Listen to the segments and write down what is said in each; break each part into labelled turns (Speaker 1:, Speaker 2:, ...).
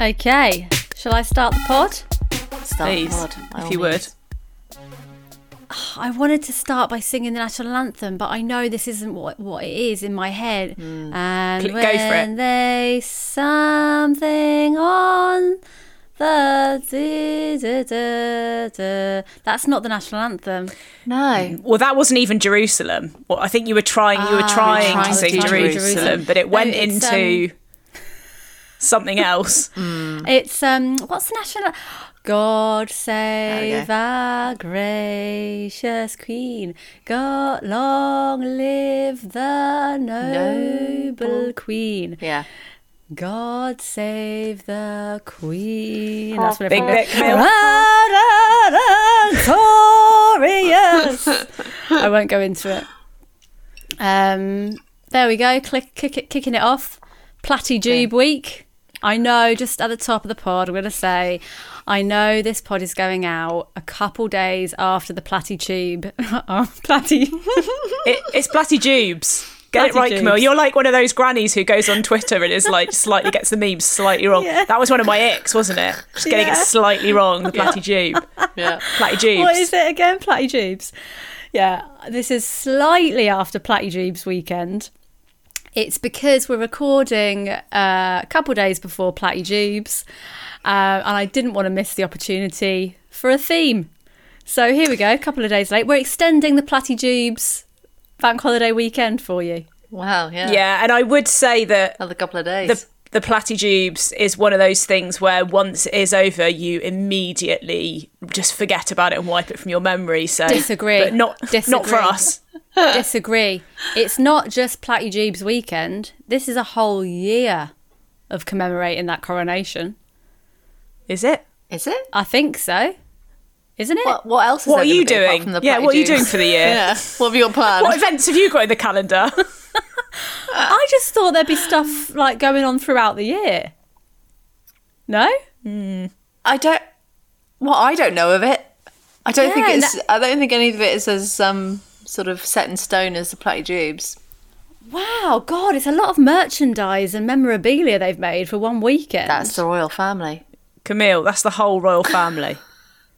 Speaker 1: Okay, shall I start the pod?
Speaker 2: Start
Speaker 3: Please,
Speaker 2: hard, by all
Speaker 3: if you would.
Speaker 2: means.
Speaker 1: I wanted to start by singing the national anthem, but I know this isn't what, what it is in my head. And
Speaker 3: Cl- go
Speaker 1: when
Speaker 3: for it.
Speaker 1: they something on the da, da, da, da. that's not the national anthem.
Speaker 2: No.
Speaker 3: Well, that wasn't even Jerusalem. Well, I think you were trying. You were trying,
Speaker 2: trying
Speaker 3: to sing
Speaker 2: to do
Speaker 3: Jerusalem,
Speaker 1: Jerusalem.
Speaker 3: but it
Speaker 1: No,
Speaker 3: went
Speaker 1: it's,
Speaker 3: into something else.
Speaker 1: It's um, what's the national? God
Speaker 2: There we
Speaker 1: save
Speaker 2: go.
Speaker 1: our gracious Queen. God long live the noble,
Speaker 2: Noble.
Speaker 1: Queen.
Speaker 2: Yeah.
Speaker 1: God save the Queen. That's what
Speaker 3: Big
Speaker 1: everyone
Speaker 3: Mick
Speaker 1: goes,
Speaker 3: Mill.
Speaker 1: "Rad, rad, glorious." I won't go into it. Um, there we go. Click, kick it, kicking it off. Platty Jube week. I know. Just at the top of the pod, I'm going to say, I know this pod is going out a couple days after the Platty Tube. oh, Platty.
Speaker 3: It, it's Blatty Jubes. Get
Speaker 1: Blatty
Speaker 3: it right, Camille.
Speaker 1: Jubes.
Speaker 3: You're like one of those grannies who goes on Twitter and is like slightly gets the memes slightly wrong.
Speaker 1: Yeah.
Speaker 3: That was one of my ex, wasn't it? Just getting
Speaker 1: Yeah.
Speaker 3: it slightly wrong. The Blatty Jube.
Speaker 2: Yeah.
Speaker 3: Blatty Jubes.
Speaker 1: What is it again? Platty Jubes. Yeah, this is slightly after Platty Jubes weekend. It's because we're recording uh, a couple days before Platty Jubes, uh, and I didn't want to miss the opportunity for a theme. So here we go, a couple of days late. We're extending the Platty Jubes bank holiday weekend for you.
Speaker 2: Wow. Yeah.
Speaker 3: Yeah, and I would say that
Speaker 2: Another couple of days.
Speaker 3: the the platitudes is one of those things where once it is over, you immediately just forget about it and wipe it from your memory. So
Speaker 1: Disagree.
Speaker 3: but not not
Speaker 1: Disagree.
Speaker 3: for us.
Speaker 1: Disagree. It's not just Platty Jubes weekend. This is a whole year of commemorating that coronation.
Speaker 3: Is it?
Speaker 2: Is it?
Speaker 1: I think so. Isn't it?
Speaker 2: What, what else is
Speaker 3: What
Speaker 2: there
Speaker 3: are you
Speaker 2: gonna be apart
Speaker 3: doing?
Speaker 2: from the
Speaker 3: Yeah, what are you
Speaker 2: platitudes?
Speaker 3: doing for the year?
Speaker 2: Yeah. What have you got planned?
Speaker 3: What events have you got in the calendar?
Speaker 1: I just thought there'd be stuff like going on throughout the year. No?
Speaker 2: I don't. Well, I don't know of it. I don't think
Speaker 1: Yeah,
Speaker 2: it's. I don't think any of it is as um sort of set in stone as the Platty Jubes.
Speaker 1: Wow, God, it's a lot of merchandise and memorabilia they've made for one weekend.
Speaker 2: That's the royal family.
Speaker 3: Camille, that's the whole royal family.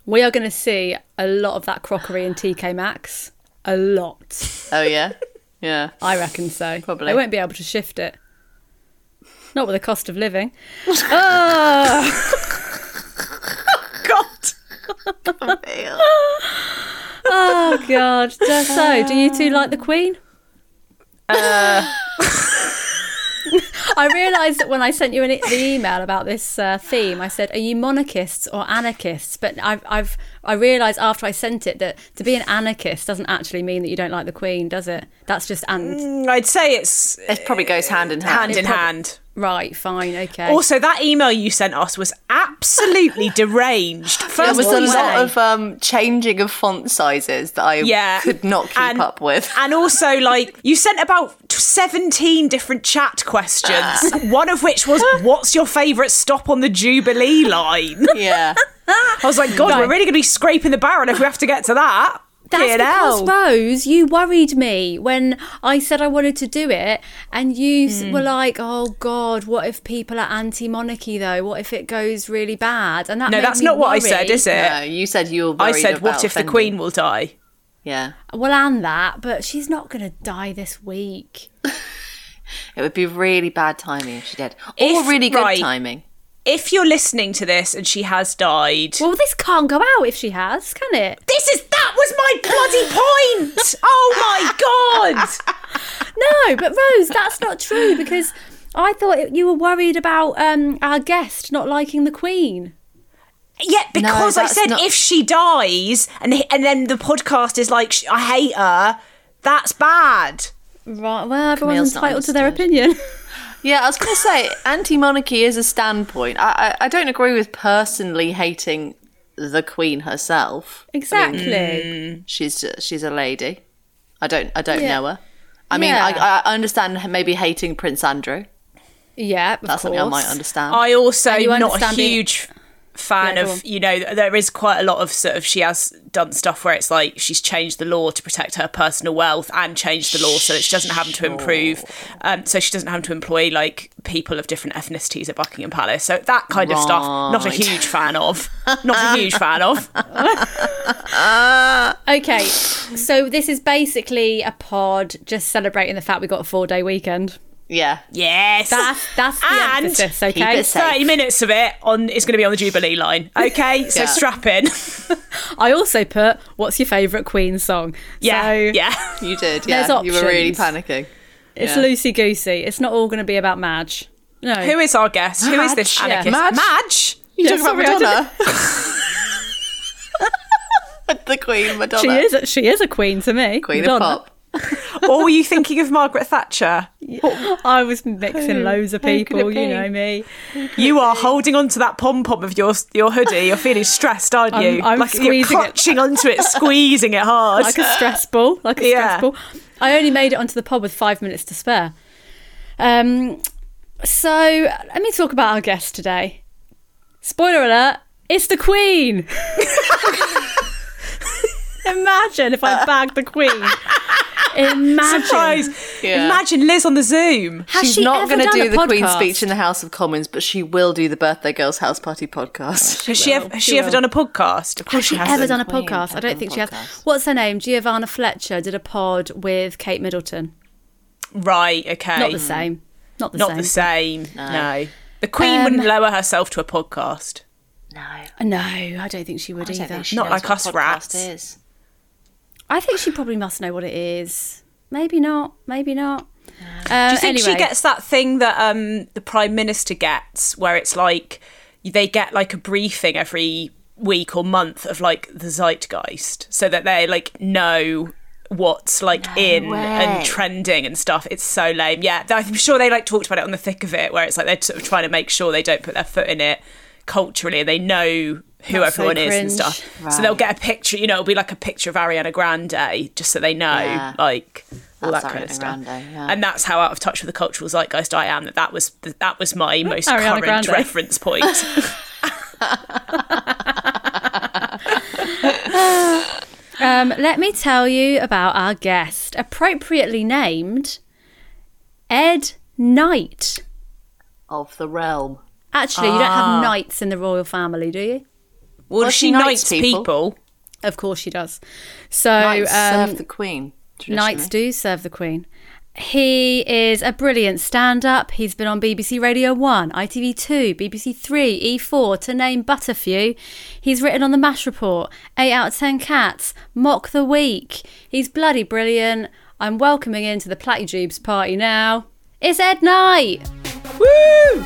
Speaker 1: we are going to see a lot of that crockery in TK Maxx. A lot.
Speaker 2: Oh yeah, yeah.
Speaker 1: I reckon so.
Speaker 2: Probably.
Speaker 1: They won't be able to shift it. Not with the cost of living.
Speaker 3: God.
Speaker 1: Oh, God. So, do you two like the Queen? I realised that when I sent you an, e- the email about this uh, theme, I said, "Are you monarchists or anarchists?" But I've, I've I realised after I sent it that to be an anarchist doesn't actually mean that you don't like the Queen, does it? That's just and
Speaker 3: I'd say it's
Speaker 2: It probably goes hand in hand.
Speaker 3: hand in hand.
Speaker 1: right, fine, okay.
Speaker 3: Also, that email you sent us was absolutely deranged.
Speaker 2: There
Speaker 3: First
Speaker 2: was
Speaker 3: of all,
Speaker 2: a
Speaker 3: you
Speaker 2: lot
Speaker 3: sent-
Speaker 2: of um, changing of font sizes that I
Speaker 3: yeah.
Speaker 2: could not keep
Speaker 3: And-
Speaker 2: up with.
Speaker 3: And also, like, you sent about t- 17 different chat questions, one of which was, What's your favourite stop on the Jubilee line?
Speaker 2: yeah,
Speaker 3: I was like, God,
Speaker 1: Right.
Speaker 3: we're really going to be scraping the barrel if we have to get to that.
Speaker 1: That's
Speaker 3: Get
Speaker 1: because
Speaker 3: out.
Speaker 1: Rose, you worried me when I said I wanted to do it, and you s were like, "Oh God, what if people are anti-monarchy though? What if it goes really bad?" And that
Speaker 3: No,
Speaker 1: made
Speaker 3: that's
Speaker 1: me
Speaker 3: not what I
Speaker 1: worry.
Speaker 3: said, is it?
Speaker 2: no. Uh, You said you were.
Speaker 3: I
Speaker 2: worried
Speaker 3: said, What
Speaker 2: about
Speaker 3: if the
Speaker 2: offending-
Speaker 3: Queen will die?
Speaker 2: Yeah,
Speaker 1: Well, and that, but she's not going to die this week.
Speaker 2: it would be really bad timing if she did, or
Speaker 3: If-
Speaker 2: really good
Speaker 3: right.
Speaker 2: timing.
Speaker 3: If you're listening to this and she has died,
Speaker 1: Well, this can't go out if she has, can it?
Speaker 3: this is that was my bloody point. Oh my god!
Speaker 1: No, but Rose, that's not true because I thought it- you were worried about um, our guest not liking the Queen.
Speaker 3: Yeah, because I
Speaker 2: that's
Speaker 3: said
Speaker 2: not-
Speaker 3: if she dies, and and then the podcast is like, "Sh- I hate her. that's bad.
Speaker 1: Right. Well, everyone's
Speaker 2: Camille's not
Speaker 1: entitled to their
Speaker 2: understood.
Speaker 1: opinion.
Speaker 2: Yeah, I was going to say anti-monarchy is a standpoint. I, I I don't agree with personally hating the Queen herself.
Speaker 1: exactly.
Speaker 2: She's she's a lady. I don't I don't
Speaker 1: Yeah.
Speaker 2: know her. I mean,
Speaker 1: Yeah.
Speaker 2: I, I understand maybe hating Prince Andrew.
Speaker 1: Yeah, of
Speaker 2: That's something I might
Speaker 1: course.
Speaker 2: understand.
Speaker 3: I also
Speaker 1: Oh. you
Speaker 3: not a
Speaker 1: understand being-
Speaker 3: huge fan
Speaker 1: Yeah, go
Speaker 3: of you know there is quite a lot of sort of she has done stuff where it's like she's changed the law to protect her personal wealth and changed the law so that she doesn't have to improve um, so she doesn't have to employ like people of different ethnicities at buckingham palace so that kind of stuff not a
Speaker 2: Right.
Speaker 3: huge fan of not a huge fan of
Speaker 1: Okay, so this is basically a pod just celebrating the fact we got a four day weekend.
Speaker 2: Yeah.
Speaker 3: yes
Speaker 1: That's that's the
Speaker 3: And
Speaker 1: emphasis,
Speaker 2: keep
Speaker 1: okay?
Speaker 2: it safe.
Speaker 3: 30 minutes of it on it's going to be on the jubilee line okay so
Speaker 2: Yeah.
Speaker 3: strap in
Speaker 1: I also put what's your favourite Queen song?
Speaker 3: yeah
Speaker 1: So
Speaker 3: yeah
Speaker 2: You did. Yeah.
Speaker 1: There's
Speaker 2: you were really
Speaker 1: options.
Speaker 2: panicking.
Speaker 1: It's
Speaker 2: Yeah.
Speaker 1: loosey goosey. It's not all going to be about Madge. No.
Speaker 3: who is our guest who is this
Speaker 1: Madge. Yeah.
Speaker 3: anarchist
Speaker 2: Madge.
Speaker 3: Madge?
Speaker 2: You
Speaker 1: Yeah,
Speaker 2: talking about
Speaker 1: sorry, I
Speaker 2: Madonna? the Queen Madonna.
Speaker 1: she is. She is a queen to me.
Speaker 2: Queen
Speaker 1: Madonna.
Speaker 2: of Pop.
Speaker 3: or were you thinking of Margaret Thatcher?
Speaker 1: I was mixing loads of people. You know me.
Speaker 3: You are holding onto that pom pom of your your hoodie. You're feeling stressed, aren't you?
Speaker 1: I'm- I'm
Speaker 3: like you're
Speaker 1: squeezing it.
Speaker 3: clutching onto it, squeezing it hard.
Speaker 1: Like a stress ball. Like a
Speaker 3: Yeah.
Speaker 1: stress ball. I only made it onto the pod with five minutes to spare. Um. So let me talk about our guest today. Spoiler alert: It's the Queen. Imagine if I bagged the Queen. Imagine.
Speaker 3: Surprise!
Speaker 2: Yeah.
Speaker 3: Imagine Liz on the Zoom.
Speaker 1: Has
Speaker 2: She's
Speaker 1: she
Speaker 2: not
Speaker 1: ever
Speaker 2: going to
Speaker 1: done
Speaker 2: do
Speaker 1: a
Speaker 2: the Queen's
Speaker 1: podcast?
Speaker 2: speech in the House of Commons, but she will do the Birthday Girls House Party podcast.
Speaker 3: Has she,
Speaker 1: will.
Speaker 3: ever,
Speaker 1: She
Speaker 3: she ever
Speaker 1: will.
Speaker 3: done a podcast? Of course she, hasn't.
Speaker 1: ever done a
Speaker 2: Queen
Speaker 1: podcast. I
Speaker 2: had
Speaker 1: don't
Speaker 2: done
Speaker 1: think
Speaker 2: a
Speaker 1: she has.
Speaker 2: podcast.
Speaker 1: What's her name? Giovanna Fletcher did a pod with Kate Middleton.
Speaker 3: Right? Okay.
Speaker 1: Not the same. Not the
Speaker 3: Not
Speaker 1: same.
Speaker 3: the same. No. The Queen
Speaker 1: Um,
Speaker 3: wouldn't lower herself to a podcast.
Speaker 2: No.
Speaker 1: No, I don't think she would either.
Speaker 3: Not knows like what us podcast rats.
Speaker 2: Is.
Speaker 1: I think she probably must know what it is. Maybe not. Maybe not. Um,
Speaker 3: Do you think
Speaker 1: anyway,
Speaker 3: she gets that thing that um, the prime minister gets, where it's like they get like a briefing every week or month of like the zeitgeist, so that they like know what's like in
Speaker 2: way.
Speaker 3: and trending and stuff. It's so lame. Yeah, th- I'm sure they like talked about it on the thick of it, where it's like they're sort of trying to make sure they don't put their foot in it culturally. and They know. Who
Speaker 1: That's so
Speaker 3: everyone is and
Speaker 1: cringe.
Speaker 3: stuff. So they'll get a picture, you know, it'll be like a picture of Ariana Grande just so they know,
Speaker 2: Yeah.
Speaker 3: like, all
Speaker 2: That's
Speaker 3: that kind of
Speaker 2: Ariana
Speaker 3: stuff.
Speaker 2: Grande, yeah.
Speaker 3: And that's how out of touch with the cultural zeitgeist I am. That that was that was my most
Speaker 1: Mm, Ariana
Speaker 3: current
Speaker 1: Grande.
Speaker 3: reference point.
Speaker 1: um, let me tell you about our guest, appropriately named Ed Knight.
Speaker 2: Of the realm.
Speaker 1: Actually, you don't
Speaker 3: Ah.
Speaker 1: have knights in the royal family, do you?
Speaker 3: well,
Speaker 2: she
Speaker 3: she
Speaker 2: knights
Speaker 3: knights
Speaker 2: people.
Speaker 3: people.
Speaker 1: Of course, she does. So
Speaker 2: Knights
Speaker 3: uh,
Speaker 1: um,
Speaker 2: serve the Queen.
Speaker 1: Knights
Speaker 2: traditionally.
Speaker 1: do serve the Queen. He is a brilliant stand up. He's been on BBC Radio 1, ITV2, BBC 3, E4, E to name but a few. He's written on The MASH Report, 8 out of 10 Cats, Mock the Week. He's bloody brilliant. I'm welcoming into the Platitubes party now. It's Ed Knight.
Speaker 3: Woo!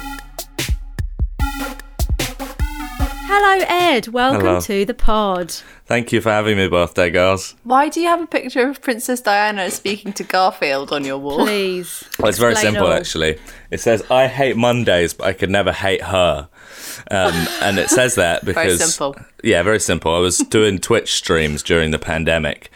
Speaker 1: Hello, Ed. Welcome
Speaker 4: Hello.
Speaker 1: to the pod.
Speaker 4: Thank you for having me, birthday girls.
Speaker 2: Why do you have a picture of Princess Diana speaking to Garfield on your wall?
Speaker 1: Please.
Speaker 4: Well, Oh, it's very
Speaker 1: Explain
Speaker 4: simple,
Speaker 1: all.
Speaker 4: actually. It says, I hate Mondays, but I could never hate her. Um, and it says that because.
Speaker 2: simple.
Speaker 4: Yeah, very simple. I was doing Twitch streams during the pandemic,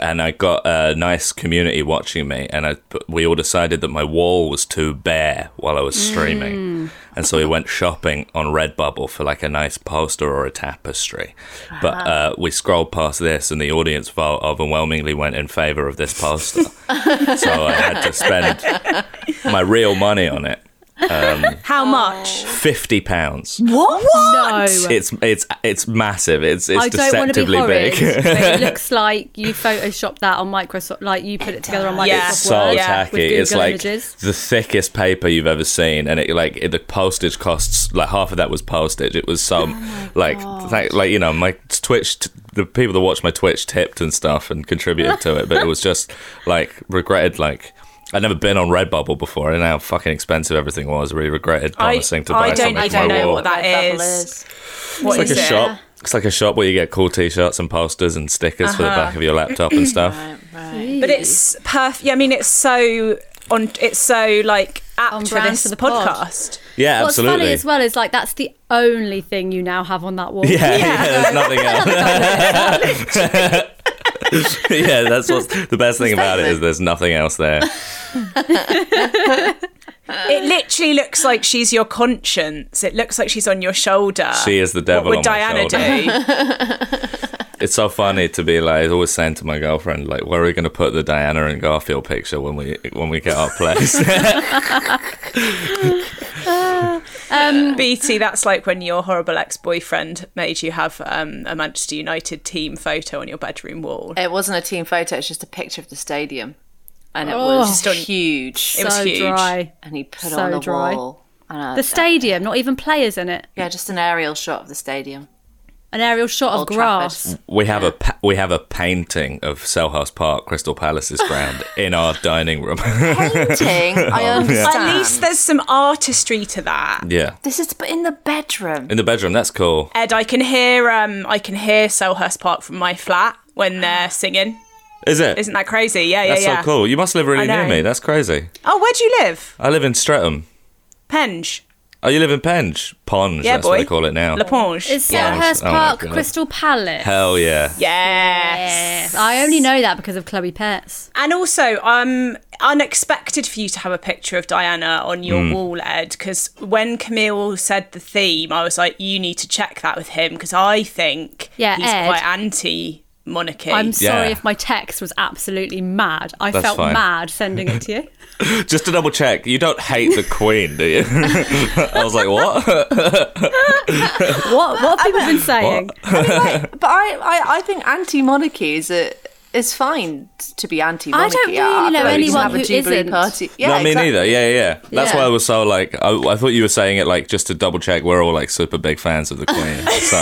Speaker 4: and I got a nice community watching me, and I, we all decided that my wall was too bare while I was streaming. And so we went shopping on Redbubble for like a nice poster or a tapestry. But uh, we scrolled past this, and the audience vote overwhelmingly went in favor of this poster. so I had to spend my real money on it. Oh.
Speaker 3: How much?
Speaker 4: Fifty pounds.
Speaker 3: What?
Speaker 1: No.
Speaker 4: It's it's it's massive. It's it's
Speaker 1: I don't want to be
Speaker 4: deceptively
Speaker 1: horrid,
Speaker 4: big.
Speaker 1: but it looks like you photoshopped that on Microsoft, like you put it together on Microsoft
Speaker 3: Yeah.
Speaker 4: so
Speaker 1: Word
Speaker 3: Yeah.
Speaker 4: tacky.
Speaker 1: with Google
Speaker 4: It's like
Speaker 1: images.
Speaker 4: the thickest paper you've ever seen, and it like it, the postage costs like half of that was postage. It was
Speaker 3: Oh
Speaker 4: some like th- like you know my Twitch t- the people that watch my Twitch tipped and stuff and contributed to it, but it was just like regretted like. I'd never been on Redbubble before. I didn't know how fucking expensive everything was. I really regretted promising to buy
Speaker 3: I don't,
Speaker 4: something
Speaker 3: I
Speaker 4: for my
Speaker 3: don't know
Speaker 4: wall.
Speaker 3: what that
Speaker 2: Redbubble
Speaker 3: is.
Speaker 2: is.
Speaker 3: What
Speaker 4: It's like
Speaker 3: is
Speaker 4: a
Speaker 3: it?
Speaker 4: shop. It's like a shop where you get cool T-shirts and posters and stickers for the back of your laptop and stuff.
Speaker 2: Right, right.
Speaker 3: But it's perfect. Yeah, I mean, it's so on. It's so like apt
Speaker 1: On
Speaker 3: for
Speaker 1: brand
Speaker 3: this
Speaker 1: for the pod.
Speaker 3: podcast.
Speaker 4: Yeah,
Speaker 1: What's
Speaker 4: absolutely.
Speaker 1: funny as well is like that's the only thing you now have on that wall.
Speaker 4: Yeah, yeah. there's nothing else. yeah, that's what's the best thing about it is there's nothing else there.
Speaker 1: Uh.
Speaker 3: It literally looks like she's your conscience. It looks like she's on your shoulder.
Speaker 4: She is the devil
Speaker 3: What would
Speaker 4: on my
Speaker 3: Diana do?
Speaker 4: It's so funny to be like I was always saying to my girlfriend, like, where are we gonna put the Diana and Garfield picture when we when we get our place?
Speaker 3: BT, that's like when your horrible ex-boyfriend made you have um, a Manchester United team photo on your bedroom wall.
Speaker 2: It wasn't a team photo, it's just a picture of the stadium. And it
Speaker 1: Oh.
Speaker 2: was huge.
Speaker 3: was
Speaker 1: so
Speaker 3: huge.
Speaker 1: dry.
Speaker 2: and he put it
Speaker 1: so
Speaker 2: on the
Speaker 1: dry.
Speaker 2: wall. And I-
Speaker 1: The stadium, not even players in it.
Speaker 2: yeah, just an aerial shot of the stadium.
Speaker 1: An aerial shot of
Speaker 2: Old
Speaker 1: grass.
Speaker 2: Trafford.
Speaker 4: we have a pa- we have a painting of Selhurst Park, Crystal Palace's ground, in our dining room.
Speaker 2: Painting,
Speaker 4: Oh,
Speaker 2: I understand.
Speaker 3: At least there's some artistry to that.
Speaker 4: yeah,
Speaker 2: this is but in the bedroom.
Speaker 4: in the bedroom. That's cool.
Speaker 3: Ed, I can hear um, I can hear Selhurst Park from my flat when they're singing.
Speaker 4: Is it?
Speaker 3: Isn't that crazy? Yeah, yeah,
Speaker 4: That's
Speaker 3: yeah.
Speaker 4: so cool. You must live really
Speaker 3: I know.
Speaker 4: near me. That's crazy.
Speaker 3: Oh, where do you live?
Speaker 4: I live in Streatham.
Speaker 3: Penge,
Speaker 4: Oh, you live in Penge? Ponge,
Speaker 3: Yeah,
Speaker 4: that's what
Speaker 3: boy.
Speaker 4: they call it now.
Speaker 3: La Ponge.
Speaker 1: Is
Speaker 4: Yeah.
Speaker 1: Selhurst
Speaker 4: Oh my
Speaker 1: Park
Speaker 4: God.
Speaker 1: Crystal Palace?
Speaker 4: Hell yeah.
Speaker 3: yes.
Speaker 1: Yes. I only know that because of Chloe Pets.
Speaker 3: And also, um, unexpected for you to have a picture of Diana on your
Speaker 4: Hmm.
Speaker 3: wall, Ed, because when Camille said the theme, I was like, you need to check that with him because I think
Speaker 1: Yeah,
Speaker 3: he's
Speaker 1: Ed.
Speaker 3: quite anti monarchy.
Speaker 1: I'm sorry
Speaker 4: Yeah.
Speaker 1: if my text was absolutely mad. I
Speaker 4: That's
Speaker 1: felt
Speaker 4: fine.
Speaker 1: mad sending it to you.
Speaker 4: Just to double check, you don't hate the Queen, do you? I was like, what?
Speaker 1: what what have people been saying?
Speaker 2: But I, I, I think anti-monarchy is a is fine to be anti-monarchy.
Speaker 1: I don't really know
Speaker 2: feel like
Speaker 1: anyone
Speaker 2: we should have a
Speaker 1: who
Speaker 2: Jubilee
Speaker 1: isn't.
Speaker 2: Party. Yeah,
Speaker 4: no, me
Speaker 2: exactly.
Speaker 4: neither. Yeah, yeah, yeah. That's
Speaker 1: Yeah.
Speaker 4: why I was so like, I, I thought you were saying it like just to double check. We're all like super big fans of the Queen.
Speaker 3: Oh
Speaker 4: So,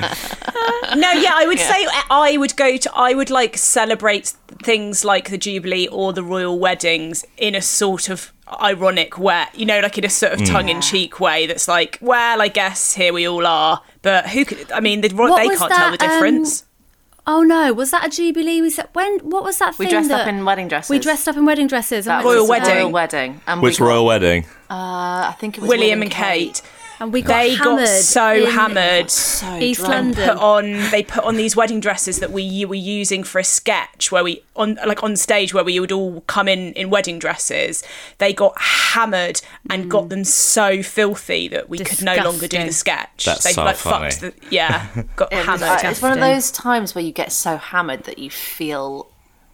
Speaker 3: no, yeah, I would say I would go to, I would like celebrate things like the Jubilee or the royal weddings in a sort of ironic way, you know, like in a sort of tongue in cheek way that's like, well, I guess here we all are. But who could, I mean, the, ro-
Speaker 1: What
Speaker 3: they
Speaker 1: was
Speaker 3: can't tell the
Speaker 1: that, um,
Speaker 3: difference.
Speaker 1: Oh no, was that a jubilee? Was that when? What was that
Speaker 2: We
Speaker 1: thing?
Speaker 2: dressed
Speaker 1: that,
Speaker 2: up in wedding dresses.
Speaker 1: We dressed up in wedding dresses.
Speaker 2: That
Speaker 1: and we um,
Speaker 2: was
Speaker 3: Royal
Speaker 1: went to-
Speaker 2: a
Speaker 3: wedding.
Speaker 2: Royal wedding. And
Speaker 4: which
Speaker 2: we got,
Speaker 4: royal wedding?
Speaker 2: Uh, I think it was
Speaker 3: William and Kate.
Speaker 1: and we got
Speaker 3: They
Speaker 1: hammered
Speaker 3: got so
Speaker 1: in
Speaker 3: hammered.
Speaker 2: So
Speaker 1: East
Speaker 2: drunk.
Speaker 1: London.
Speaker 3: Put on they put on these wedding dresses that we were using for a sketch where we on like on stage where we would all come in in wedding dresses. They got hammered and got them so filthy that we could no longer do
Speaker 1: Mm. Disgusting.
Speaker 3: the sketch.
Speaker 4: That's
Speaker 3: they
Speaker 4: so
Speaker 3: like
Speaker 4: funny.
Speaker 3: fucked the yeah got
Speaker 2: It was-
Speaker 3: hammered.
Speaker 2: uh, it's one of
Speaker 1: Disgusting.
Speaker 2: those times where you get so hammered that you feel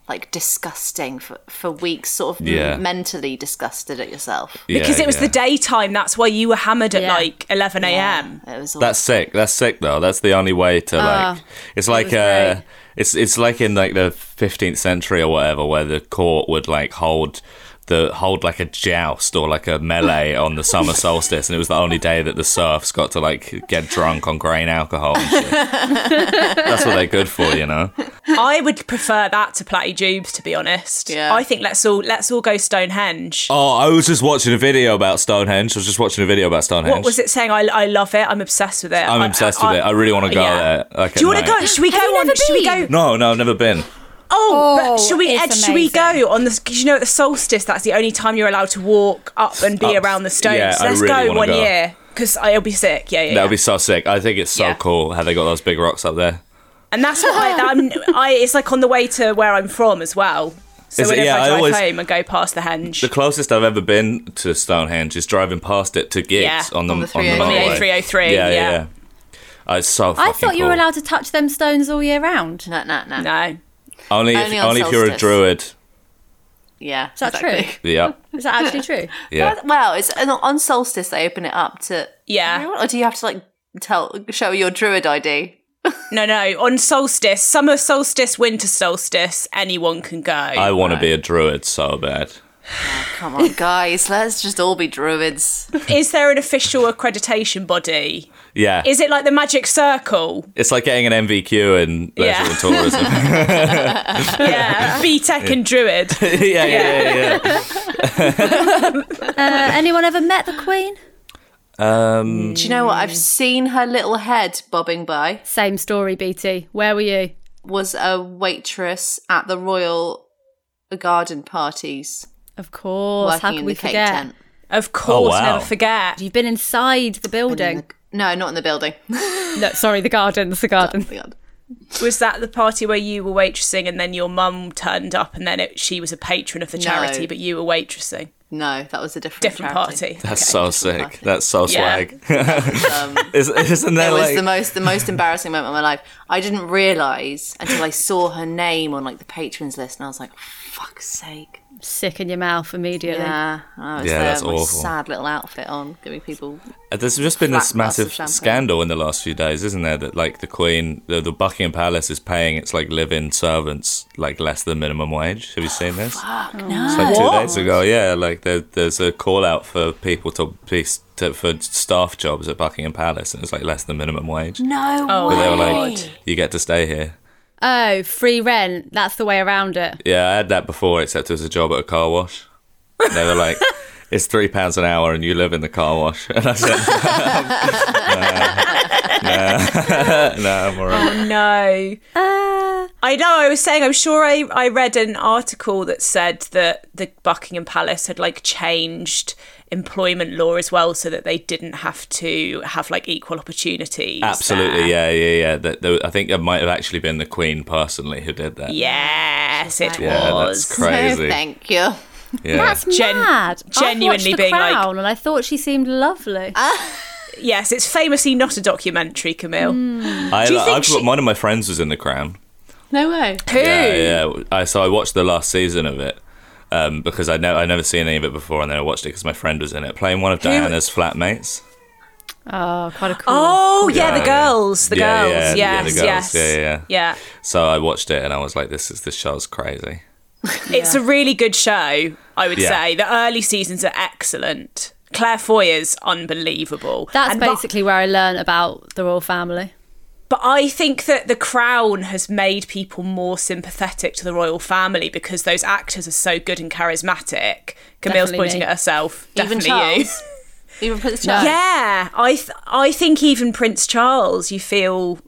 Speaker 2: like disgusting for, for weeks, sort of
Speaker 4: Yeah.
Speaker 2: mentally disgusted at yourself.
Speaker 4: Yeah,
Speaker 3: because it was
Speaker 4: yeah.
Speaker 3: the daytime. That's why you were hammered at
Speaker 1: Yeah.
Speaker 3: like eleven a.m.
Speaker 2: It was all
Speaker 4: That's sick. That's sick though. That's the only way to
Speaker 3: Ah,
Speaker 4: like. It's like
Speaker 1: was
Speaker 4: uh,
Speaker 1: great.
Speaker 4: it's it's like in like the 15th century or whatever, where the court would like hold the hold like a joust or like a melee on the summer solstice, and it was the only day that the serfs got to like get drunk on grain alcohol. And shit. That's what they're good for, you know.
Speaker 3: I would prefer that to Platty Jubes, to be honest.
Speaker 2: Yeah.
Speaker 3: I think let's all let's all go Stonehenge.
Speaker 4: Oh, I was just watching a video about Stonehenge. I was just watching a video about Stonehenge.
Speaker 3: What was it saying? I, I love it. I'm obsessed with it.
Speaker 4: I'm obsessed with it. I really want to go there. Like
Speaker 3: Do you want to go? Should we go
Speaker 1: you
Speaker 3: on?
Speaker 1: never
Speaker 3: Should we
Speaker 1: been?
Speaker 3: go?
Speaker 4: No, no, I've never been.
Speaker 3: Oh, but
Speaker 1: Oh,
Speaker 3: should we,
Speaker 1: it's
Speaker 3: Ed? Should we
Speaker 1: amazing.
Speaker 3: go on this? Because you know, at the solstice, that's the only time you're allowed to walk up and be
Speaker 4: Up.
Speaker 3: around the stones.
Speaker 4: Yeah,
Speaker 3: so
Speaker 4: I
Speaker 3: let's
Speaker 4: really
Speaker 3: go
Speaker 4: wanna
Speaker 3: one
Speaker 4: go.
Speaker 3: year because I'll be sick. Yeah, yeah.
Speaker 4: That
Speaker 3: yeah.
Speaker 4: would be so sick. I think it's so
Speaker 3: Yeah.
Speaker 4: cool how they got those big rocks up there.
Speaker 3: And that's what I, I'm, I. It's like on the way to where I'm from as well. So
Speaker 4: Is it-
Speaker 3: whenever
Speaker 4: yeah, I
Speaker 3: I drive
Speaker 4: always-
Speaker 3: home and go past the henge
Speaker 4: The closest I've ever been to Stonehenge is driving past it to gigs
Speaker 3: Yeah,
Speaker 4: on the
Speaker 2: on
Speaker 4: on
Speaker 2: the
Speaker 4: the,
Speaker 2: 303.
Speaker 3: on the
Speaker 4: motorway.
Speaker 3: A303.
Speaker 4: Yeah,
Speaker 3: Yeah,
Speaker 4: yeah. yeah. Uh, it's so
Speaker 1: I
Speaker 4: fucking
Speaker 1: thought you were
Speaker 4: cool.
Speaker 1: allowed to touch them stones all year round. Is
Speaker 2: no, no, no.
Speaker 3: No,
Speaker 4: only if,
Speaker 2: Only
Speaker 4: only,
Speaker 2: on
Speaker 4: if you're a
Speaker 2: solstice.
Speaker 4: druid.
Speaker 2: Yeah, is
Speaker 1: that true?
Speaker 4: Yeah,
Speaker 1: Is that actually true?
Speaker 4: yeah.
Speaker 2: Well, it's and on solstice they open it up to
Speaker 3: Yeah.
Speaker 2: everyone, or do you have to like tell show your druid ID?
Speaker 3: no, no. On solstice, summer solstice, winter solstice, anyone can go.
Speaker 4: I want to be a druid so bad.
Speaker 2: Come on, guys, let's just all be druids.
Speaker 3: Is there an official accreditation body?
Speaker 4: Yeah,
Speaker 3: Is it like the Magic Circle?
Speaker 4: it's like getting an MVQ in leisure
Speaker 3: Yeah.
Speaker 4: and tourism.
Speaker 3: Yeah, VTech and Druid.
Speaker 4: yeah, yeah, yeah, yeah.
Speaker 1: Uh, anyone ever met the Queen?
Speaker 4: Um,
Speaker 2: Do you know what? I've seen her little head bobbing by.
Speaker 1: Same story, BT. Where were you?
Speaker 2: Was a waitress at the royal garden parties
Speaker 1: Of course.
Speaker 2: working
Speaker 1: How can
Speaker 2: in
Speaker 1: we
Speaker 2: the cake
Speaker 1: forget?
Speaker 2: tent.
Speaker 3: Of course,
Speaker 4: wow.
Speaker 3: never forget.
Speaker 1: You've been inside the
Speaker 2: In
Speaker 1: building.
Speaker 2: the- no, not in the building. Oh
Speaker 1: No, sorry, the gardens, the garden.
Speaker 3: Was that the party where you were waitressing and then your mum turned up and then it, she was a patron of the charity, but you were waitressing?
Speaker 2: No, that was a different
Speaker 3: Different
Speaker 2: charity.
Speaker 3: party.
Speaker 4: That's
Speaker 3: Okay.
Speaker 4: so sick. That's so
Speaker 3: Yeah.
Speaker 4: swag. Is, isn't
Speaker 2: It
Speaker 4: there
Speaker 2: was
Speaker 4: like
Speaker 2: the most the most embarrassing moment of my life. I didn't realise until I saw her name on like the patrons list, and I was like, "Fuck's sake!"
Speaker 1: Sick in your mouth immediately.
Speaker 2: Yeah, I was
Speaker 4: Yeah,
Speaker 2: there
Speaker 4: that's
Speaker 2: with my
Speaker 4: awful.
Speaker 2: sad little outfit on, giving people.
Speaker 4: There's just been
Speaker 2: Flat
Speaker 4: this
Speaker 2: glass of
Speaker 4: massive
Speaker 2: champagne.
Speaker 4: scandal in the last few days, isn't there? That like the Queen, the, the Buckingham Palace is paying its like live-in servants like less than minimum wage. Have you seen this? It's like two days ago. Yeah, like there, there's a call out for people to be s- to, for staff jobs at Buckingham Palace, and it's like less than minimum wage.
Speaker 2: No,
Speaker 3: Oh,
Speaker 4: But they were like,
Speaker 3: God.
Speaker 4: "You get to stay here."
Speaker 1: Oh, free rent. That's the way around it.
Speaker 4: Yeah, I had that before, except it was a job at a car wash. They were like, "It's three pounds an hour, and you live in the car wash." And I said, "No, no, no, I'm alright."
Speaker 3: No. Uh, I know. I was saying. I'm sure. I I read an article that said that the Buckingham Palace had like changed employment law as well, so that they didn't have to have like equal opportunities.
Speaker 4: Absolutely,
Speaker 3: there.
Speaker 4: yeah, yeah, yeah. That, that, I think it might have actually been the Queen personally who did that.
Speaker 3: Yes, it
Speaker 4: Yeah,
Speaker 3: was.
Speaker 4: that's crazy.
Speaker 2: No, thank you.
Speaker 4: yeah.
Speaker 1: That's
Speaker 3: Gen-
Speaker 1: mad.
Speaker 3: genuinely
Speaker 1: I've watched the
Speaker 3: being like-
Speaker 1: Crown and I thought she seemed lovely.
Speaker 3: yes, it's famously not a documentary, Camille.
Speaker 1: Mm.
Speaker 4: I,
Speaker 3: Do you think
Speaker 4: I've got
Speaker 3: she-
Speaker 4: one of my friends was in the Crown.
Speaker 2: No way.
Speaker 3: Who?
Speaker 4: Yeah, yeah. I so I watched the last season of it um, because I know I never seen any of it before, and then I watched it because my friend was in it playing one of Diana's flatmates.
Speaker 1: oh, quite a cool.
Speaker 3: Oh yeah,
Speaker 4: Yeah,
Speaker 3: the
Speaker 4: yeah.
Speaker 3: girls, the
Speaker 4: Yeah,
Speaker 3: girls.
Speaker 4: yeah,
Speaker 3: yes,
Speaker 4: yeah, the girls.
Speaker 3: yes,
Speaker 4: Yeah, yeah,
Speaker 3: yeah.
Speaker 4: So I watched it and I was like, "This is this show's crazy."
Speaker 3: It's a really good show, I would
Speaker 4: Yeah.
Speaker 3: say. The early seasons are excellent. Claire Foyer's unbelievable.
Speaker 1: That's
Speaker 3: And bu-
Speaker 1: basically where I learned about the royal family.
Speaker 3: But I think that The Crown has made people more sympathetic to the royal family because those actors are so good and charismatic. Camille's
Speaker 1: Definitely
Speaker 3: pointing
Speaker 1: me.
Speaker 3: at herself.
Speaker 2: Even
Speaker 3: Definitely you.
Speaker 2: Charles. Even Prince Charles.
Speaker 3: Yeah, I th- I think even Prince Charles, you feel